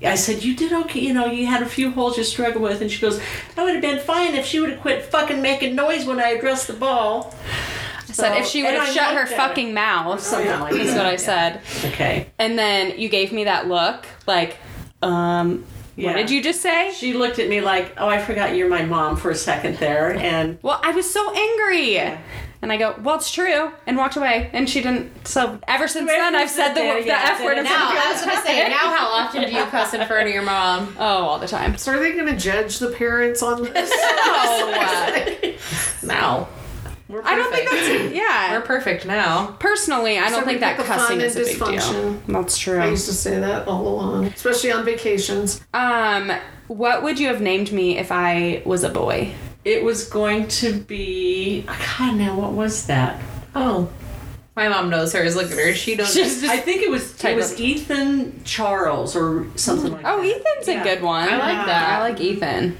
I said, "You did okay. You know, you had a few holes you struggled with." And she goes, "I would have been fine if she would have quit fucking making noise when I addressed the ball." So if she would and have I shut her looked at fucking mouth, Something like [LAUGHS] is what that. I said. Okay. And then you gave me that look, like, um, Yeah. what did you just say? She looked at me like, "Oh, I forgot you're my mom for a second there," and Well, I was so angry. And I go, well, it's true, and walked away. And she didn't. So ever since Ever then, I've since said the, then, the yeah, F word in then front Now, of I was gonna say, now how often do you cuss in front of your mom? Oh, all the time. So are they going to judge the parents on this? [LAUGHS] [LAUGHS] Oh, Now. We're [LAUGHS] I don't think perfect. that's. We're Yeah. perfect now. Personally, I So don't we think that pick a fun cussing and is a big deal. dysfunction. That's I true. used to say that all along, especially on vacations. Um, what would you have named me if I was a boy? it was going to be God. Now what was that? Oh, My mom knows hers. Look at her. She knows. She's I think it was it Type was up. Ethan Charles or something like Oh, that. Ethan's a Yeah. good one. I like that. I like Ethan.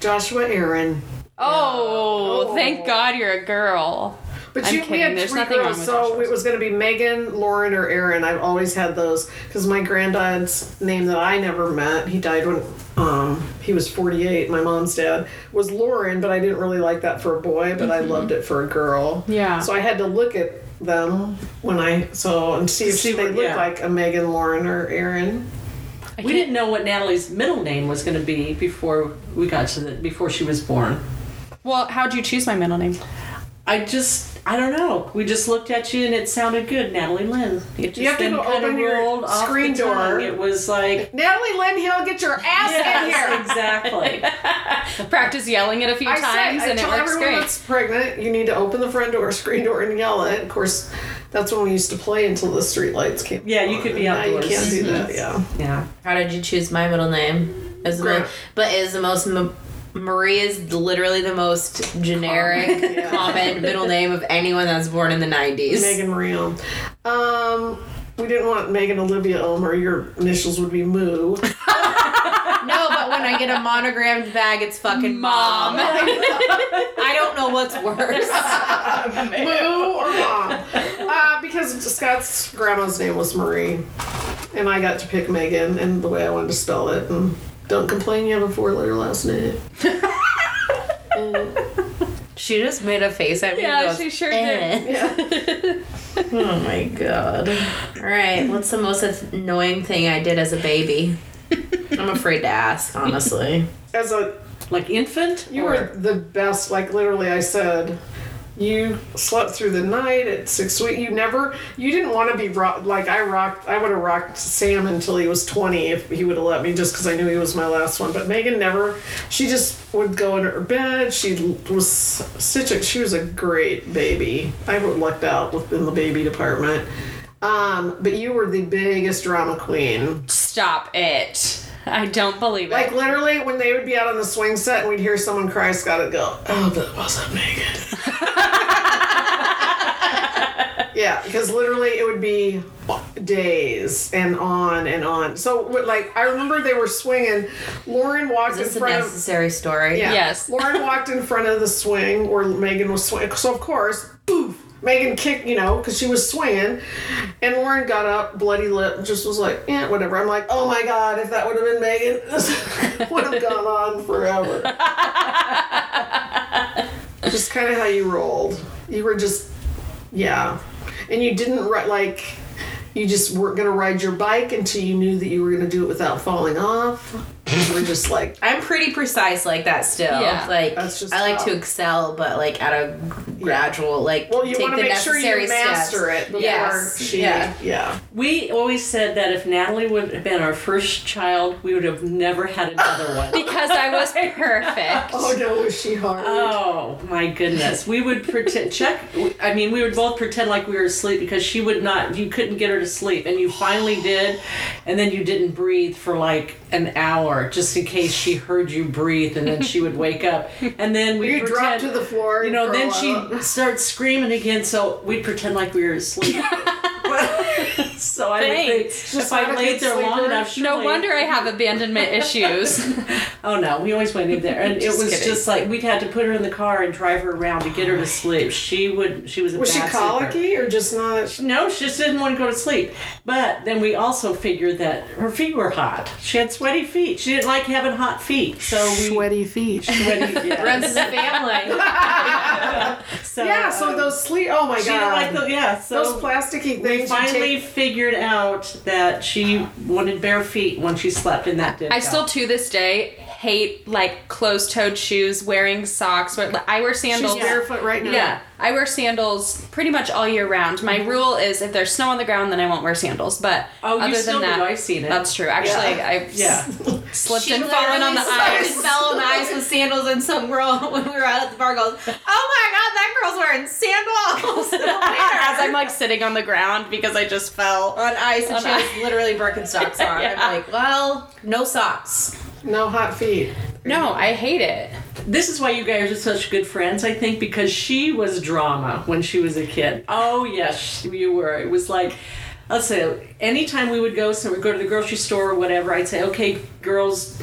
Joshua Aaron. Oh, Oh. thank God you're a girl. But I'm you, we kidding, had there's three nothing wrong girls, with so Joshua's. it was going to be Megan, Lauren, or Aaron. I've always had those because my granddad's name that I never met, he died when um, he was 48. My mom's dad was Lauren, but I didn't really like that for a boy, but I loved it for a girl. Mm-hmm. Yeah. So I had to look at them when I so and see if See they what- looked yeah. like a Megan, Lauren, or Aaron. We didn't know what Natalie's middle name was going to be before we got to the before she was born. Well, how'd you choose my [LAUGHS] middle name? I just I don't know. We just looked at you and it sounded good, Natalie Lynn. It just You have to then go kinda open your rolled off the screen door. tongue. It [LAUGHS] was like Natalie Lynn Hill, get your ass in here. yes, [LAUGHS] exactly. Practice yelling it a few I times said, and I it tell works everyone great. that's pregnant, you need to open the front door, [LAUGHS] screen door, and yell it. Of course, that's when we used to play until the street lights came. Yeah, you on, could be and Now you outdoors. can't do that. Yeah. Yeah. How did you choose my middle name? As the Grant. mo- but is the most m- Marie is literally the most generic, common, Yeah. middle name of anyone that's born in the nineties. Megan Marie Elm. Um, we didn't want Megan Olivia Elm, or your initials would be [LAUGHS] Moo. No, but when I get a monogrammed bag, it's fucking mom. Mom. I don't know what's worse. Moo or Mom. Uh, because Scott's grandma's name was Marie, and I got to pick Megan and the way I wanted to spell it. And don't complain, you have a four letter last name. She just made a face at me. [LAUGHS] and Yeah, goes, she sure did. "Eh." oh my god. All right, what's the most annoying thing I did as a baby? I'm afraid to ask, honestly. As a Like infant? You or- were the best. Like literally, I said, you slept through the night at six weeks. You never, you didn't want to be rocked. Like I rocked. I would have rocked Sam until he was twenty if he would have let me, just because I knew he was my last one. But Megan never. She just would go in her bed. She was such a. She was a great baby. I lucked out in the baby department. Um, but you were the biggest drama queen. Stop it. I don't believe [LAUGHS] it. Like literally, when they would be out on the swing set and we'd hear someone cry, Scott would go, "Oh, but it wasn't [LAUGHS] Megan." yeah, because literally it would be days and on and on. So what- like I remember they were swinging. Lauren walked Is this in a front of. necessary story? Yeah. Yes. Lauren walked in front of the swing where Megan was swinging. So of course, poof, Megan kicked, you know, because she was swinging, and Lauren got up, bloody lip, and just was like, "Yeah, whatever." I'm like, "Oh my god, if that would have been Megan, [LAUGHS] this would have gone on forever." just kind of how you rolled. You were just, yeah, and you didn't ri- like. You just weren't gonna ride your bike until you knew that you were gonna do it without falling off. You were just like, I'm pretty precise like that still. Yeah. Like That's just I like how- to excel, but like at a gradual like Well, you take want the to make sure you necessary master steps. it before Yes. she. Yeah. Yeah. We always said that if Natalie would have been our first child, we would have never had another one. because I [LAUGHS] was perfect. Oh no, was she hard? Oh my goodness! We would pretend. Check. I mean, we would both pretend like we were asleep because she would not. You couldn't get her to sleep, and you finally did, and then you didn't breathe for like an hour, just in case she heard you breathe, and then she would wake up, and then we you dropped pretend, to the floor. You know, for a then while. [LAUGHS] she starts screaming again, so we'd pretend like we were asleep. [LAUGHS] so I would think Thanks. if not I a laid good there long sleeper. enough, No surely- wonder I have abandonment [LAUGHS] issues. Oh no, we always went in there, and it Just was kidding. just like we'd had to put her in the car and drive her around to get her to sleep. She would. She was a Oh was she bad sleeper. colicky or just not? No, she just didn't want to go to sleep. But then we also figured that her feet were hot. She had sweaty feet. She didn't like having hot feet, so we feet. Sweaty, Runs yeah. as a family. So, yeah, so um, those sleep. Oh my She didn't god. like the yeah. So those plasticky things. we you finally take- figured out that she wanted bare feet when she slept, and that did. I help. still to this day hate like closed-toed shoes, wearing socks. But like, I wear she's sandals. barefoot right now. Yeah, I wear sandals pretty much all year round. My rule is if there's snow on the ground, then I won't wear sandals. But Oh, you other still than that, do. I've seen it. that's true. Actually, I've yeah. slipped She and fallen on the literally ice. slipped and fell on the ice with sandals, and some girl [LAUGHS] when we were out at the bar goes, "Oh my god, that girl's [LAUGHS] wearing sandals!" As I'm like sitting on the ground because I just fell. on ice, and she has literally Birkenstocks [LAUGHS] on. Yeah. I'm like, well, no socks. No hot feet. No, I hate it. This is why you guys are such good friends, I think, because she was drama when she was a kid. Oh yes, you were. It was like, let's say, anytime we would go, so we go to the grocery store or whatever, I'd say, okay, girls,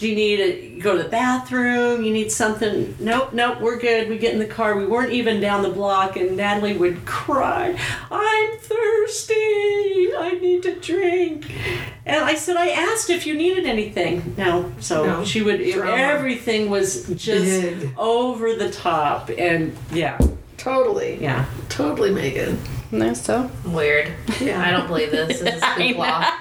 do you need a go to the bathroom? You need something? Nope, nope, we're good. We get in the car. We weren't even down the block, and Natalie would cry, "I'm thirsty. I need to drink." And I said, "I asked if you needed anything." No, so No. she would. Drama. Everything was just Big. over the top, and yeah, Totally. yeah. Totally, Megan. No, so Weird. Yeah. I don't believe this. [LAUGHS] This is hoopla.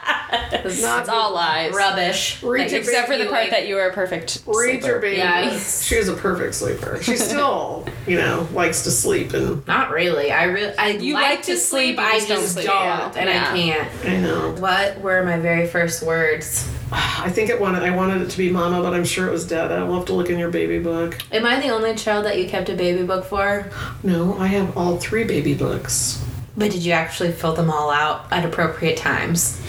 This is it's all lies. rubbish. Read that your you're Except for the part spewing. that you were a perfect. Read sleeper. your baby. Yeah. She was a perfect sleeper. She still, you know, likes to sleep and Not really. I really. I You like to sleep. I just don't, sleep. and Yeah. I can't. I know. What were my very first words? I think it wanted. I wanted it to be Mama, but I'm sure it was Dada. We'll have to look in your baby book. Am I the only child that you kept a baby book for? No, I have all three baby books. But did you actually fill them all out at appropriate [LAUGHS] times?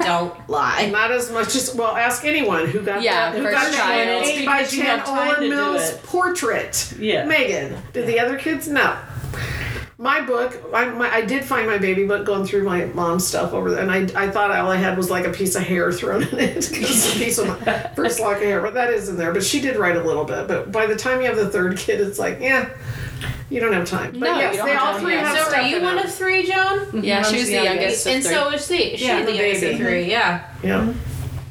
don't lie. Not as much as well. Ask anyone who got Yeah, that, who first got that child. eight by Because you ten have time to Owen do Mills it. portrait. Yeah. Megan. Did the other kids no? My book, I, my, I did find my baby book going through my mom's stuff over there, and I, I thought all I had was like a piece of hair thrown in it. [LAUGHS] Just a piece of [LAUGHS] my first lock of hair, but that is in there. But she did write a little bit. But by the time you have the third kid, it's like, yeah, you don't have time. But No, you yes, don't they have all time, three yeah. have So were stuff you in one it. of three, Joan? Yeah, she was the youngest. of And three. so was she. She Yeah, was the the youngest of baby. three. Yeah. Yeah.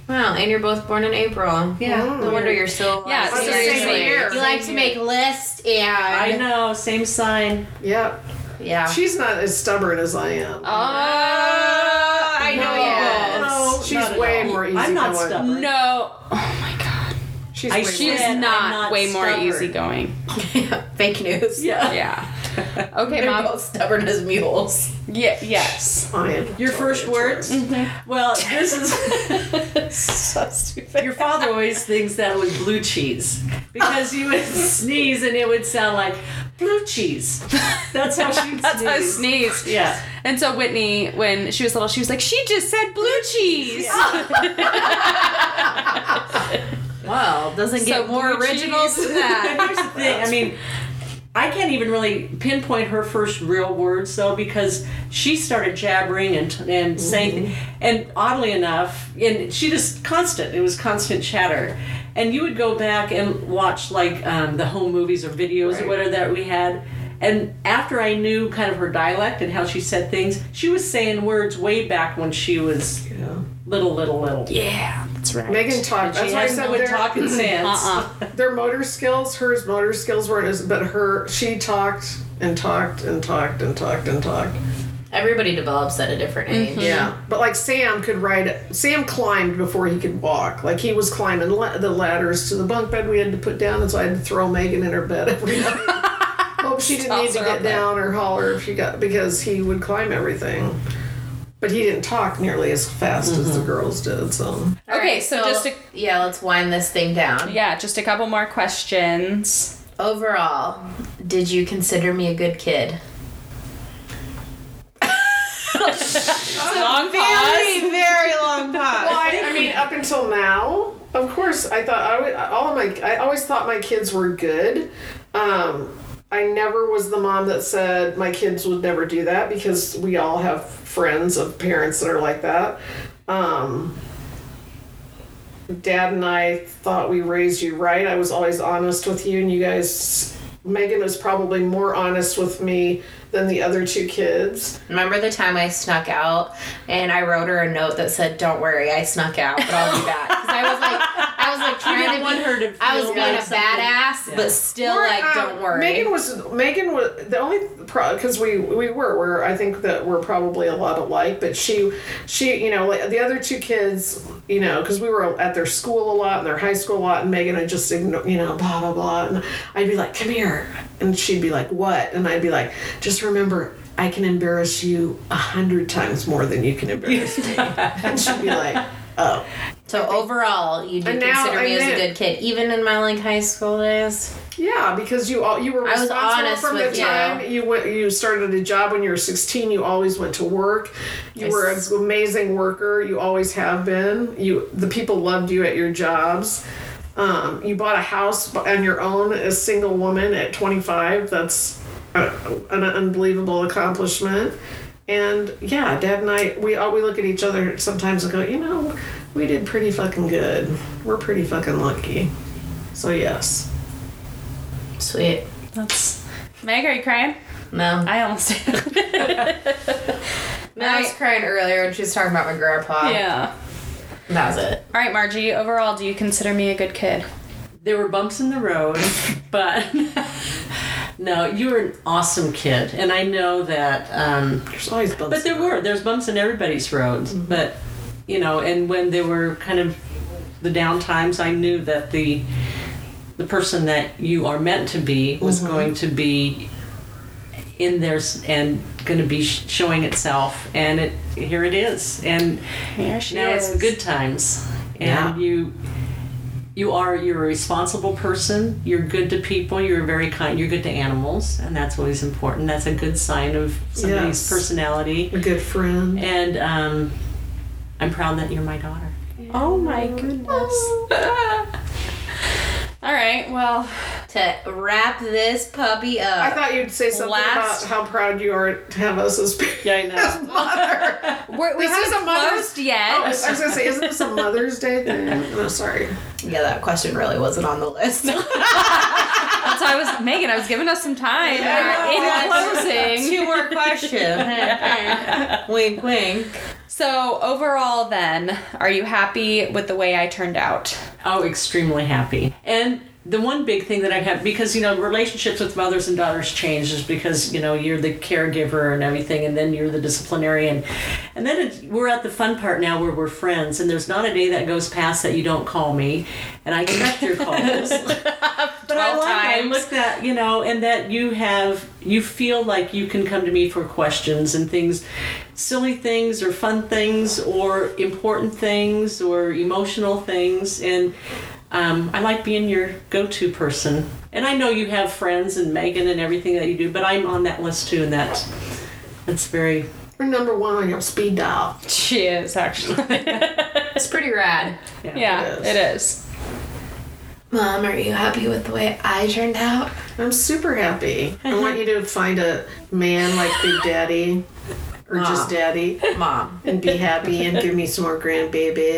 Wow, and you're both born in April. Yeah. No wonder you're still. Yeah, alive. it's the Seriously. same year. You like to make lists and. I know, same sign. Yeah. Yeah. She's not as stubborn as I am. Oh, I know you you both. No, Not she's at way all. more I'm not easygoing. stubborn. No. Oh my god. She's I way should- She is Yeah, I'm not, not way more stubborn. easygoing. [LAUGHS] Fake news. Yeah. [LAUGHS] Yeah. Okay, They're mom. both stubborn as mules. Yeah, [LAUGHS] yes. more- I am Your first totally words? trans. Mm-hmm. Well, this is. [LAUGHS] So stupid. Your father always thinks that was blue cheese because you [LAUGHS] would sneeze and it would sound like blue cheese. That's how she [LAUGHS] That's how I sneezed. sneeze. Yeah. And so Whitney, when she was little, she was like, "She just said blue cheese." Well, doesn't get So more blue original cheese. [LAUGHS] than that. Here's the thing. I mean, I can't even really pinpoint her first real words though because she started jabbering and and saying, and oddly enough, and she just constant. It was constant chatter. And you would go back and watch like um, the home movies or videos or whatever that we had. And after I knew kind of her dialect and how she said things, she was saying words way back when she was Yeah. little, little, little. yeah, that's right. Megan talked. She That's why I has said no their, talking sense. Uh-uh. their motor skills. Hers motor skills weren't as, but her she talked and talked and talked and talked and talked. Everybody develops at a different age. Mm-hmm. Mm-hmm. Yeah, but like Sam could ride. Sam climbed before he could walk. Like he was climbing la- the ladders to the bunk bed we had to put down, and so I had to throw Megan in her bed every [LAUGHS] night. Hope she didn't need Toss to her get out there. down or holler if she got because he would climb everything. But he didn't talk nearly as fast as the girls did. So All Okay, right, so just to- yeah, let's wind this thing down. Yeah, just a couple more questions. Overall, did you consider me a good kid? Long pause. very long pause. Well, I, I mean, up until now, of course, I thought I would, all of my I always thought my kids were good. Um, I never was the mom that said my kids would never do that because we all have friends of parents that are like that. Um, Dad and I thought we raised you right. I was always honest with you, and you guys. Megan was probably more honest with me than the other two kids. Remember the time I snuck out and I wrote her a note that said, "Don't worry, I snuck out, but I'll be back." Because I was like, I was like trying to didn't be, want her to I was feel being a like something- badass, but still Or, like, uh, don't worry. Megan was Megan was the only because we we were where I think that we're probably a lot alike, but she she you know like the other two kids you know because we were at their school a lot and their high school a lot, and Megan would just ignore you know blah blah blah, and I'd be like come here, and she'd be like what, and I'd be like just remember. I can embarrass you a hundred times more than you can embarrass me. and she'd be like, "Oh, so overall, you do And now consider me I as a knew- good kid, even in my like high school days. Yeah, because you all you were was responsible honest from with the you. time you went you started a job when you were 16, you always went to work. You were an amazing worker, you always have been. You the people loved you at your jobs. Um, you bought a house b- on your own as a single woman at 25. That's a, an unbelievable accomplishment. And yeah, Dad and I, we all, we look at each other sometimes and go, you know, we did pretty fucking good. We're pretty fucking lucky. So yes. Sweet. That's Meg, are you crying? No, I almost no, I was crying earlier when she was talking about my [LAUGHS] grandpa. yeah. that was it. All right, Margie. Overall, do you consider me a good kid? there were bumps in the road, but no, you were an awesome kid, and I know that. Um, There's always bumps. but there were there's bumps in everybody's roads, but you know, and when there were kind of the down times, I knew that the the person that you are meant to be was going to be in there s- and going to be sh- showing itself, and it here it is, and Here she now it's is. the good times and Yeah. you you are you're a responsible person you're good to people you're very kind you're good to animals and that's always important that's a good sign of somebody's Yes. personality a good friend. and um, i'm proud that you're my daughter Oh my goodness. [LAUGHS] All right. Well, To wrap this puppy up. I thought you'd say something Last- about how proud you are to have us as parents. yeah i [LAUGHS] know Mother. we're, we This is haven't a mother's- oh, closed yet. I was gonna say, isn't this a Mother's Day [LAUGHS] thing? No, sorry. yeah, that question really wasn't on the list. That's why I was Megan. I was giving us some time Yeah, I know. [LAUGHS] in closing. Two more questions. wink, wink. So, overall, then, are you happy with the way I turned out? Oh, extremely happy. And the one big thing that I have because you know relationships with mothers and daughters change is because you know you're the caregiver and everything, and then you're the disciplinarian, and then it, we're at the fun part now where we're friends, and there's not a day that goes past that you don't call me, and I collect your calls. but I Twelve like I times. look that you know, and that you have you feel like you can come to me for questions and things, silly things or fun things or important things or emotional things, and um, I like being your go-to person. And I know you have friends and Megan and everything that you do, but I'm on that list too, and that's that's very We're number one on your speed dial. She is, [LAUGHS] actually. It's pretty rad. yeah, It is. it is. Mom, are you happy with the way I turned out? I'm super happy. I want you to find a man like Big Daddy or just Daddy Mom. and be happy and give me some more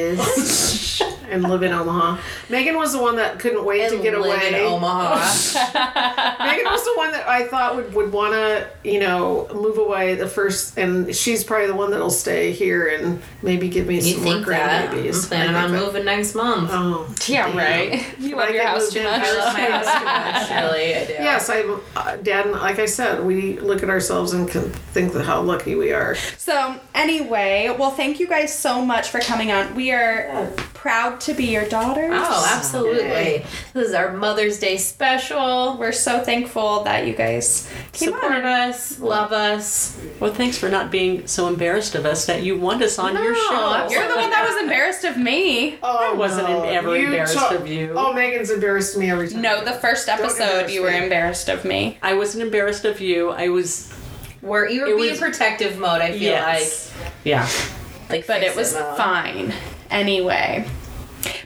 grandbabies and live in Omaha. Megan was the one that couldn't wait to get live away. in Omaha. Megan was the one that I thought would, would want to, you know, move away the first, and she's probably the one that'll stay here and maybe give me [LAUGHS] you some more think that? I'm grandbabies. planning I on think that- moving next month. Oh, Yeah, damn. right. [LAUGHS] You When love I your get house moved too in, much. I love [LAUGHS] my house too much, really. I do. Yes, I, uh, Dad, and like I said, we look at ourselves and can think that how lucky we are. So, anyway, well, thank you guys so much for coming on. We are proud to be your daughters. Oh, absolutely. This is our Mother's Day special. We're so thankful that you guys came Support on. us, love us. Well, thanks for not being so embarrassed of us that you want us on your No, show. You're the one that was embarrassed of me. Oh, I wasn't ever embarrassed of you. Oh, Megan's embarrassed me every time. No, the first episode embarrass you were me. embarrassed of me. I wasn't embarrassed of you. I was. We're you were It being was- protective mode, I feel Yes. Yeah. like. Like But fix it was uh, Mom. fine. Anyway.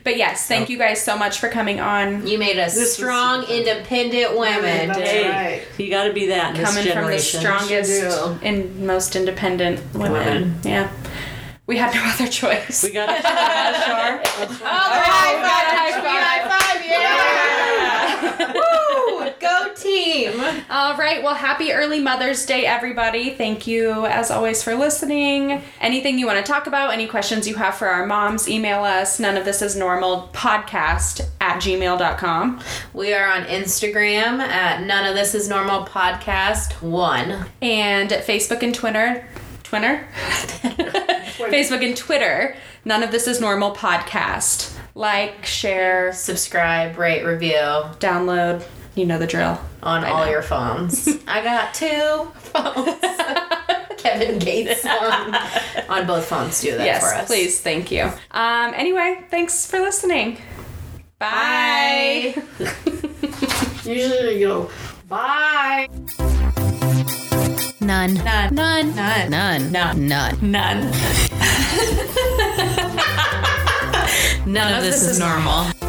But yes, thank you guys so much for coming on. You made us This was strong, independent women. That's hey, right. you got to be that in Coming this from the generation. strongest Sure and most independent women. Women. Yeah. We had no [LAUGHS] other choice. We got to. Oh, high five, high five, yeah! Woo! Go team! [LAUGHS] All right. Well, happy early Mother's Day, everybody. Thank you, as always, for listening. Anything you want to talk about, any questions you have for our moms, email us. None of this is normal podcast at gmail.com. We are on Instagram at None of This Is Normal Podcast One. And Facebook and Twitter. [LAUGHS] Twitter? Facebook and Twitter. None of this is normal podcast. Like, share, Subscribe, rate, review on download. You know the drill. all [LAUGHS] your phones. I got two phones. Kevin Gates song on both phones. Do that yes, for us, please. Thank you. Um, anyway, thanks for listening. Bye. Bye. Usually you go, bye. None. None. None. None. None. None. [LAUGHS] None. None. None of this is normal.